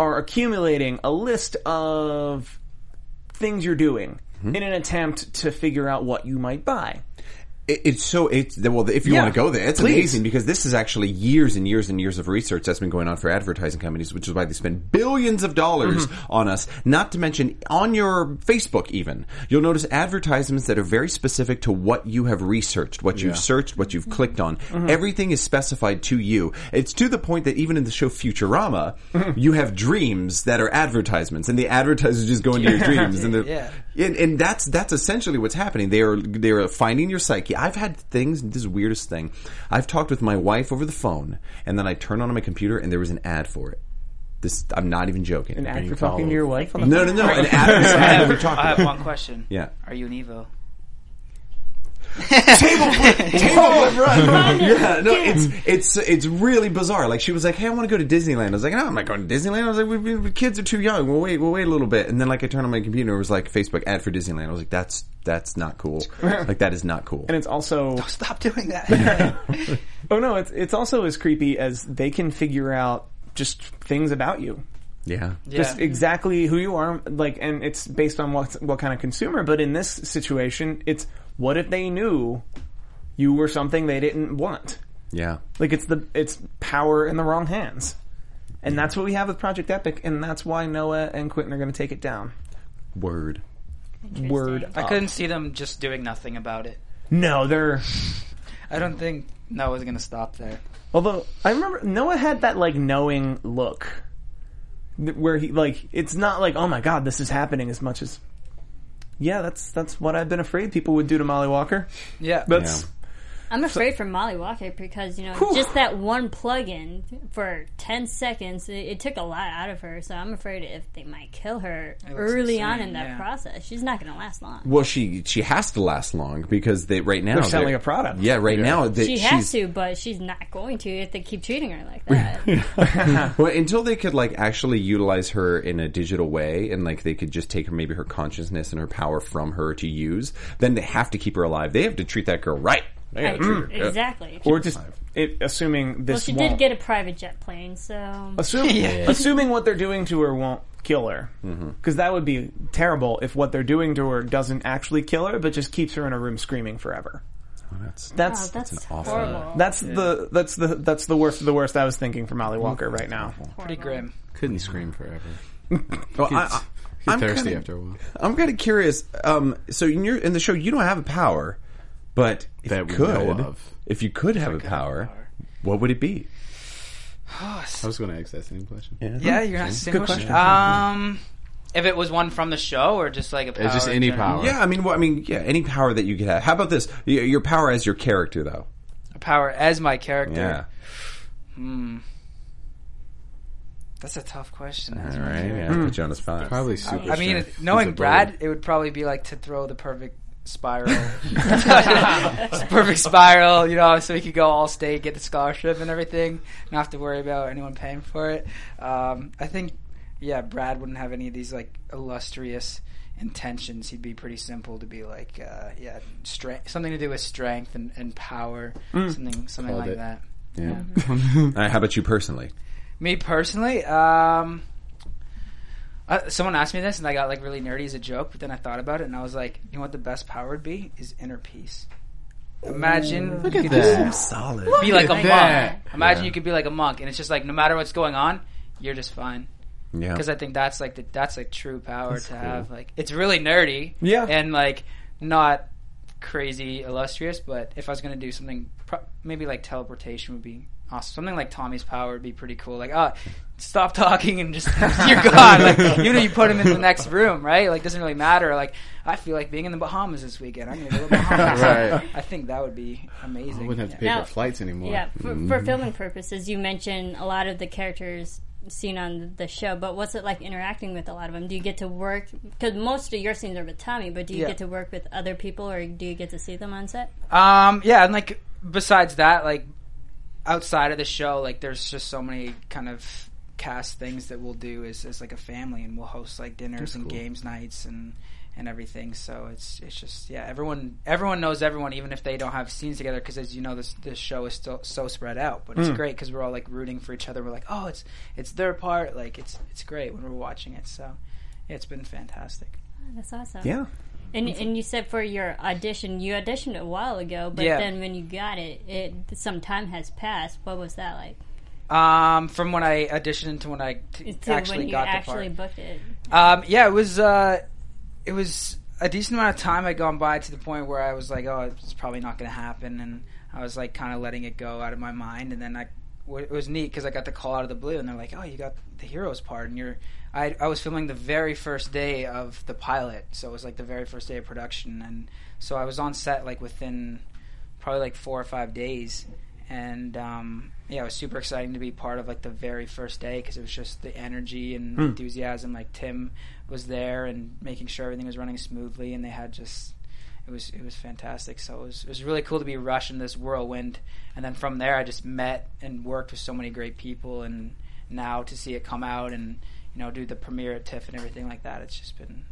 Speaker 2: are accumulating a list of things you're doing
Speaker 3: Mm-hmm.
Speaker 2: in an attempt to figure out what you might buy.
Speaker 3: It, it's so it's well. If you
Speaker 2: Yeah.
Speaker 3: want to go there, it's
Speaker 2: Please.
Speaker 3: amazing because this is actually years and years and years of research that's been going on for advertising companies, which is why they spend billions of dollars on us. Not to mention on your Facebook, even you'll notice advertisements that are very specific to what you have researched, what you've searched, what you've clicked on. Everything is specified to you. It's to the point that even in the show Futurama, you have dreams that are advertisements, and the advertisers just go into your dreams, and they're
Speaker 4: Yeah.
Speaker 3: and, and that's that's essentially what's happening. They are they are finding your psyche. I've had things. This is the weirdest thing. I've talked with my wife over the phone, and then I turned on my computer, and there was an ad for it. This I'm not even joking.
Speaker 2: An ad
Speaker 6: Being
Speaker 2: for talking
Speaker 6: followed.
Speaker 2: to your wife on the
Speaker 3: no, no,
Speaker 2: <laughs>
Speaker 3: no. An ad. this ad that we're
Speaker 4: I
Speaker 3: talking
Speaker 4: have
Speaker 3: about.
Speaker 4: one question.
Speaker 3: Yeah. <laughs>
Speaker 4: Are you an Evo?
Speaker 3: table flip, table flip run. yeah, no, it's it's it's really bizarre. Like she was like, "Hey, I want to go to Disneyland." I was like, "No, I'm not going to Disneyland." I was like, we, we, we- "Kids are too young. We'll wait. We'll wait a little bit." And then like I turned on my computer, it was like Facebook ad for Disneyland. I was like, "That's that's not cool.
Speaker 2: <laughs>
Speaker 3: Like that is not cool."
Speaker 2: and it's also
Speaker 4: Stop doing <laughs> that.
Speaker 2: oh no, it's it's also as creepy as they can figure out just things about you.
Speaker 3: yeah.
Speaker 2: just exactly who you are like and it's based on what what kind of consumer but in this situation it's what if they knew you were something they didn't want
Speaker 3: Yeah.
Speaker 2: like it's the it's power in the wrong hands and that's what we have with project epic and that's why noah and quentin are going to take it down
Speaker 3: Word.
Speaker 2: word
Speaker 4: I
Speaker 2: up.
Speaker 4: couldn't see them just doing nothing about it.
Speaker 2: no they're
Speaker 4: I don't think Noah's gonna stop there.
Speaker 2: although i remember noah had that like knowing look th- where he like it's not like oh my god this is happening as much as yeah that's that's what i've been afraid people would do to molly walker
Speaker 4: Yeah.
Speaker 2: that's
Speaker 5: I'm afraid for Molly Walker because you know just that one plug-in for ten seconds. It, it took a lot out of her, so I'm afraid if they might kill her
Speaker 4: looks
Speaker 5: early on
Speaker 4: insane,
Speaker 5: in that
Speaker 4: yeah.
Speaker 5: process, she's not going to last long.
Speaker 3: Well, she she has to last long because they right now
Speaker 2: They're selling a product.
Speaker 3: Yeah, right now that
Speaker 5: she
Speaker 3: she's-
Speaker 5: has to, but she's not going to if they keep treating her like that.
Speaker 3: Well, until they could like actually utilize her in a digital way, and like they could just take her maybe her consciousness and her power from her to use, then they have to keep her alive. They have to treat that girl right. They gotta
Speaker 5: Right.
Speaker 3: treat her good.
Speaker 5: Exactly.
Speaker 2: or just it, assuming
Speaker 5: well,
Speaker 2: this
Speaker 5: she
Speaker 2: won't.
Speaker 5: did get a private jet plane, so oh,
Speaker 2: Assume- assuming what they're doing to her won't kill her because that would be terrible if what they're doing to her doesn't actually kill her but just keeps her in a room screaming forever
Speaker 3: That's-
Speaker 5: oh,
Speaker 2: that's
Speaker 5: that's
Speaker 3: an awful-
Speaker 5: horrible.
Speaker 2: that's the that's the that's the worst of the worst I was thinking for Molly Walker right now.
Speaker 4: Pretty grim.
Speaker 6: Couldn't scream forever.
Speaker 3: Well, I, I,
Speaker 6: Get
Speaker 3: I'm
Speaker 6: thirsty
Speaker 3: kinda,
Speaker 6: after a while.
Speaker 3: I'm kind of curious. Um, so in your in the show, you don't have a power, but if
Speaker 6: That
Speaker 3: you
Speaker 6: we
Speaker 3: could,
Speaker 6: know of.
Speaker 3: if you could have a power, what would it be?
Speaker 6: I was going to ask that same question.
Speaker 4: Yeah, you're not saying
Speaker 2: Good question.
Speaker 4: Um, if it was one from the show or just like a power
Speaker 6: Hmm. It's just
Speaker 4: in
Speaker 6: any
Speaker 4: general?
Speaker 6: power.
Speaker 3: Yeah, I mean, well, I mean, yeah, any power that you could have. How about this? Y- Your power as your character, though.
Speaker 4: A power as my character.
Speaker 3: Yeah.
Speaker 4: Hmm. That's a tough
Speaker 6: Uh-huh.
Speaker 4: question.
Speaker 3: All
Speaker 4: That's my
Speaker 3: right.
Speaker 4: favorite.
Speaker 3: Yeah.
Speaker 2: Hmm.
Speaker 6: Mm.
Speaker 3: Put you on the spot.
Speaker 6: Probably super.
Speaker 4: I mean,
Speaker 6: strength.
Speaker 4: if,
Speaker 6: He's
Speaker 4: knowing
Speaker 6: a
Speaker 4: Brad, it would probably be like to throw the perfect spiral,
Speaker 6: <laughs>
Speaker 4: <laughs> perfect spiral. You know, so he could go all state, get the scholarship and everything, not have to worry about anyone paying for it. Um, I think, yeah, Brad wouldn't have any of these like illustrious, intentions, he'd be pretty simple to be like, uh, yeah, strength, something to do with strength and, and power, something something
Speaker 6: Called
Speaker 4: like
Speaker 6: Mm. it.
Speaker 4: that.
Speaker 6: Yeah.
Speaker 3: Uh, how about you personally?
Speaker 4: Me personally, um, uh, someone asked me this, and I got like really nerdy as a joke. But then I thought about it, and I was like, you know what the best power would be is inner peace. Imagine you could just
Speaker 6: That-
Speaker 3: Solid.
Speaker 4: be like a
Speaker 6: that.
Speaker 4: monk. Imagine you could be like a monk, and it's just like no matter what's going on, you're just fine.
Speaker 3: Yeah.
Speaker 4: Because I think that's like the, that's like true power to have. Like it's really nerdy,
Speaker 2: Yeah.
Speaker 4: and like not crazy illustrious. But if I was gonna do something, pro- maybe like teleportation would be awesome. Something like Tommy's power would be pretty cool. Like oh, stop <laughs> talking and just you're gone. Like even if you put him in the next room, right? Like doesn't really matter. Like I feel like being in the Bahamas this weekend. I'm gonna go to the Bahamas.
Speaker 6: Right.
Speaker 4: I think that would be amazing.
Speaker 6: Wouldn't have to
Speaker 4: Yeah.
Speaker 6: pay
Speaker 5: Now-
Speaker 6: for flights anymore.
Speaker 5: Yeah, for, for
Speaker 4: Mm.
Speaker 5: filming purposes, you mentioned a lot of the characters seen on the show, but what's it like interacting with a lot of them? Do you get to work? Because most of your scenes are with Tommy, but do you
Speaker 4: Yeah.
Speaker 5: get to work with other people, or do you get to see them on set?
Speaker 4: Um, yeah, and like besides that, like outside of the show, like there's just so many kind of cast things that we'll do as, as like a family, and we'll host like dinners and games nights and and everything. So it's it's just yeah, everyone everyone knows everyone, even if they don't have scenes together, because as you know, this this show is still so spread out, but it's great because we're all like rooting for each other. We're like, oh, it's it's their part. Like it's it's great when we're watching it. So yeah, it's been fantastic.
Speaker 5: That's awesome.
Speaker 3: yeah.
Speaker 5: And and you said for your audition, you auditioned a while ago, but
Speaker 4: Yeah.
Speaker 5: then when you got it, it some time has passed. What was that like?
Speaker 4: Um, from when I auditioned to when I t-
Speaker 5: To
Speaker 4: actually
Speaker 5: when you
Speaker 4: got the part.
Speaker 5: actually booked it.
Speaker 4: Um, yeah, it was uh, it was a decent amount of time had gone by to the point where I was like, oh, it's probably not going to happen, and I was like kind of letting it go out of my mind, and then I w- it was neat because I got the call out of the blue, and they're like, oh, you got the hero's part, and you're I I was filming the very first day of the pilot, so it was like the very first day of production, and so I was on set like within probably like four or five days and um, yeah it was super exciting to be part of like the very first day because it was just the energy
Speaker 6: Hmm.
Speaker 4: and enthusiasm like tim was there and making sure everything was running smoothly and they had just it was it was fantastic so it was, it was really cool to be rushed in this whirlwind and then from there i just met and worked with so many great people and now to see it come out and you know do the premiere at tiff and everything like that it's just been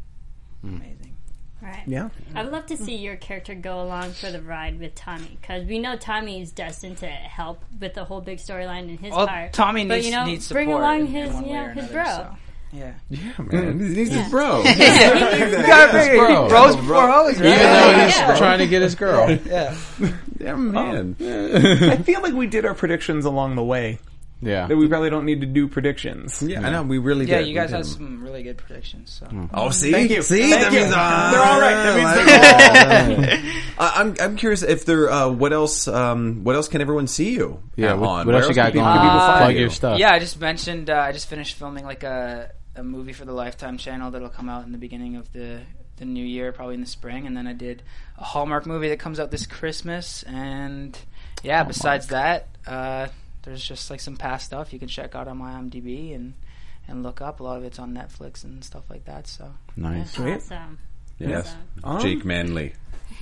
Speaker 6: Hmm.
Speaker 4: amazing
Speaker 5: All right.
Speaker 2: Yeah.
Speaker 5: I would love to see your character go along for the ride with Tommy because we know Tommy is destined to help with the whole big storyline in his
Speaker 4: well
Speaker 5: part.
Speaker 4: tommy
Speaker 5: but,
Speaker 4: needs,
Speaker 5: you know,
Speaker 4: needs support
Speaker 5: bring along
Speaker 4: in- in
Speaker 5: his
Speaker 4: one way
Speaker 5: yeah
Speaker 4: or
Speaker 5: his
Speaker 4: another,
Speaker 5: bro.
Speaker 4: so, yeah
Speaker 6: Yeah, man. He's He's his bro.
Speaker 4: You gotta figure
Speaker 6: bro.
Speaker 4: it. Bros before hoes, right?
Speaker 6: Even though he's
Speaker 5: Yeah.
Speaker 6: trying to get his
Speaker 5: <laughs>
Speaker 6: girl.
Speaker 3: Yeah, man.
Speaker 2: I feel like we did our predictions along the way.
Speaker 6: Yeah.
Speaker 2: That we probably don't need to do predictions.
Speaker 3: Yeah, I know. We really
Speaker 4: Yeah,
Speaker 3: did.
Speaker 4: you guys
Speaker 3: we
Speaker 4: had
Speaker 3: did 'em.
Speaker 4: some really good predictions. So.
Speaker 3: Oh, see,
Speaker 2: Thank you.
Speaker 3: see,
Speaker 2: Thank
Speaker 3: that
Speaker 2: you.
Speaker 3: means uh,
Speaker 2: They're all right. That means
Speaker 3: <laughs> like,
Speaker 2: they're all <laughs>
Speaker 3: I- I'm I'm curious if there. Uh, what else? Um, what else can everyone see you?
Speaker 6: Yeah,
Speaker 3: at-
Speaker 6: what,
Speaker 3: on?
Speaker 6: what
Speaker 3: Where
Speaker 6: else you got
Speaker 3: can
Speaker 6: going
Speaker 3: people- can
Speaker 6: on?
Speaker 3: people find
Speaker 6: Plug
Speaker 3: you?
Speaker 6: your stuff.
Speaker 4: Yeah, I just mentioned uh, I just finished filming like a a movie for the Lifetime channel that'll come out in the beginning of the the new year, probably in the spring, and then I did a Hallmark movie that comes out this Christmas, and yeah, besides that, uh, there's just like some past stuff you can check out on my IMDb and and look up. A lot of it's on Netflix and stuff like that.
Speaker 2: <laughs>
Speaker 4: So
Speaker 6: Nice.
Speaker 5: Awesome.
Speaker 3: Yes,
Speaker 2: Um,
Speaker 3: Jake Manley.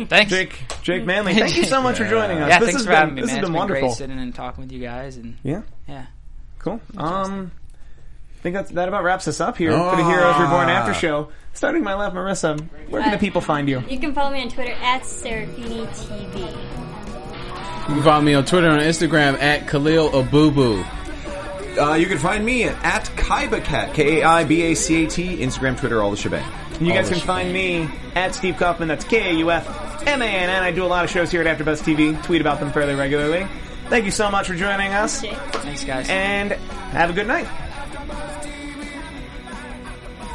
Speaker 4: thanks.
Speaker 2: Jake, Jake Manley, thank you so much for joining us.
Speaker 4: Yeah,
Speaker 2: this
Speaker 4: thanks
Speaker 2: has
Speaker 4: for
Speaker 2: been,
Speaker 4: having me,
Speaker 2: This
Speaker 4: man.
Speaker 2: has
Speaker 4: it's
Speaker 2: been
Speaker 4: been
Speaker 2: wonderful.
Speaker 4: great sitting and talking with you guys, and
Speaker 2: yeah,
Speaker 4: yeah.
Speaker 2: cool. Um, I think that's, that about wraps us up here for the
Speaker 3: Ah.
Speaker 2: Heroes Reborn After Show. Starting my left, Marissa, where can the people find you?
Speaker 5: You can follow me on Twitter at Serafini TV.
Speaker 6: You can follow me on Twitter and Instagram at Khalil Abubu.
Speaker 3: Uh, you can find me at KaibaCat, K A I B A C A T, Instagram, Twitter, all the shebang.
Speaker 2: You guys can find me at Steve Kaufman. That's K A U F M A N N. I do a lot of shows here at AfterBuzz TV. Tweet about them fairly regularly. Thank you so much for joining us,
Speaker 4: Thanks, guys.
Speaker 2: and have a good night.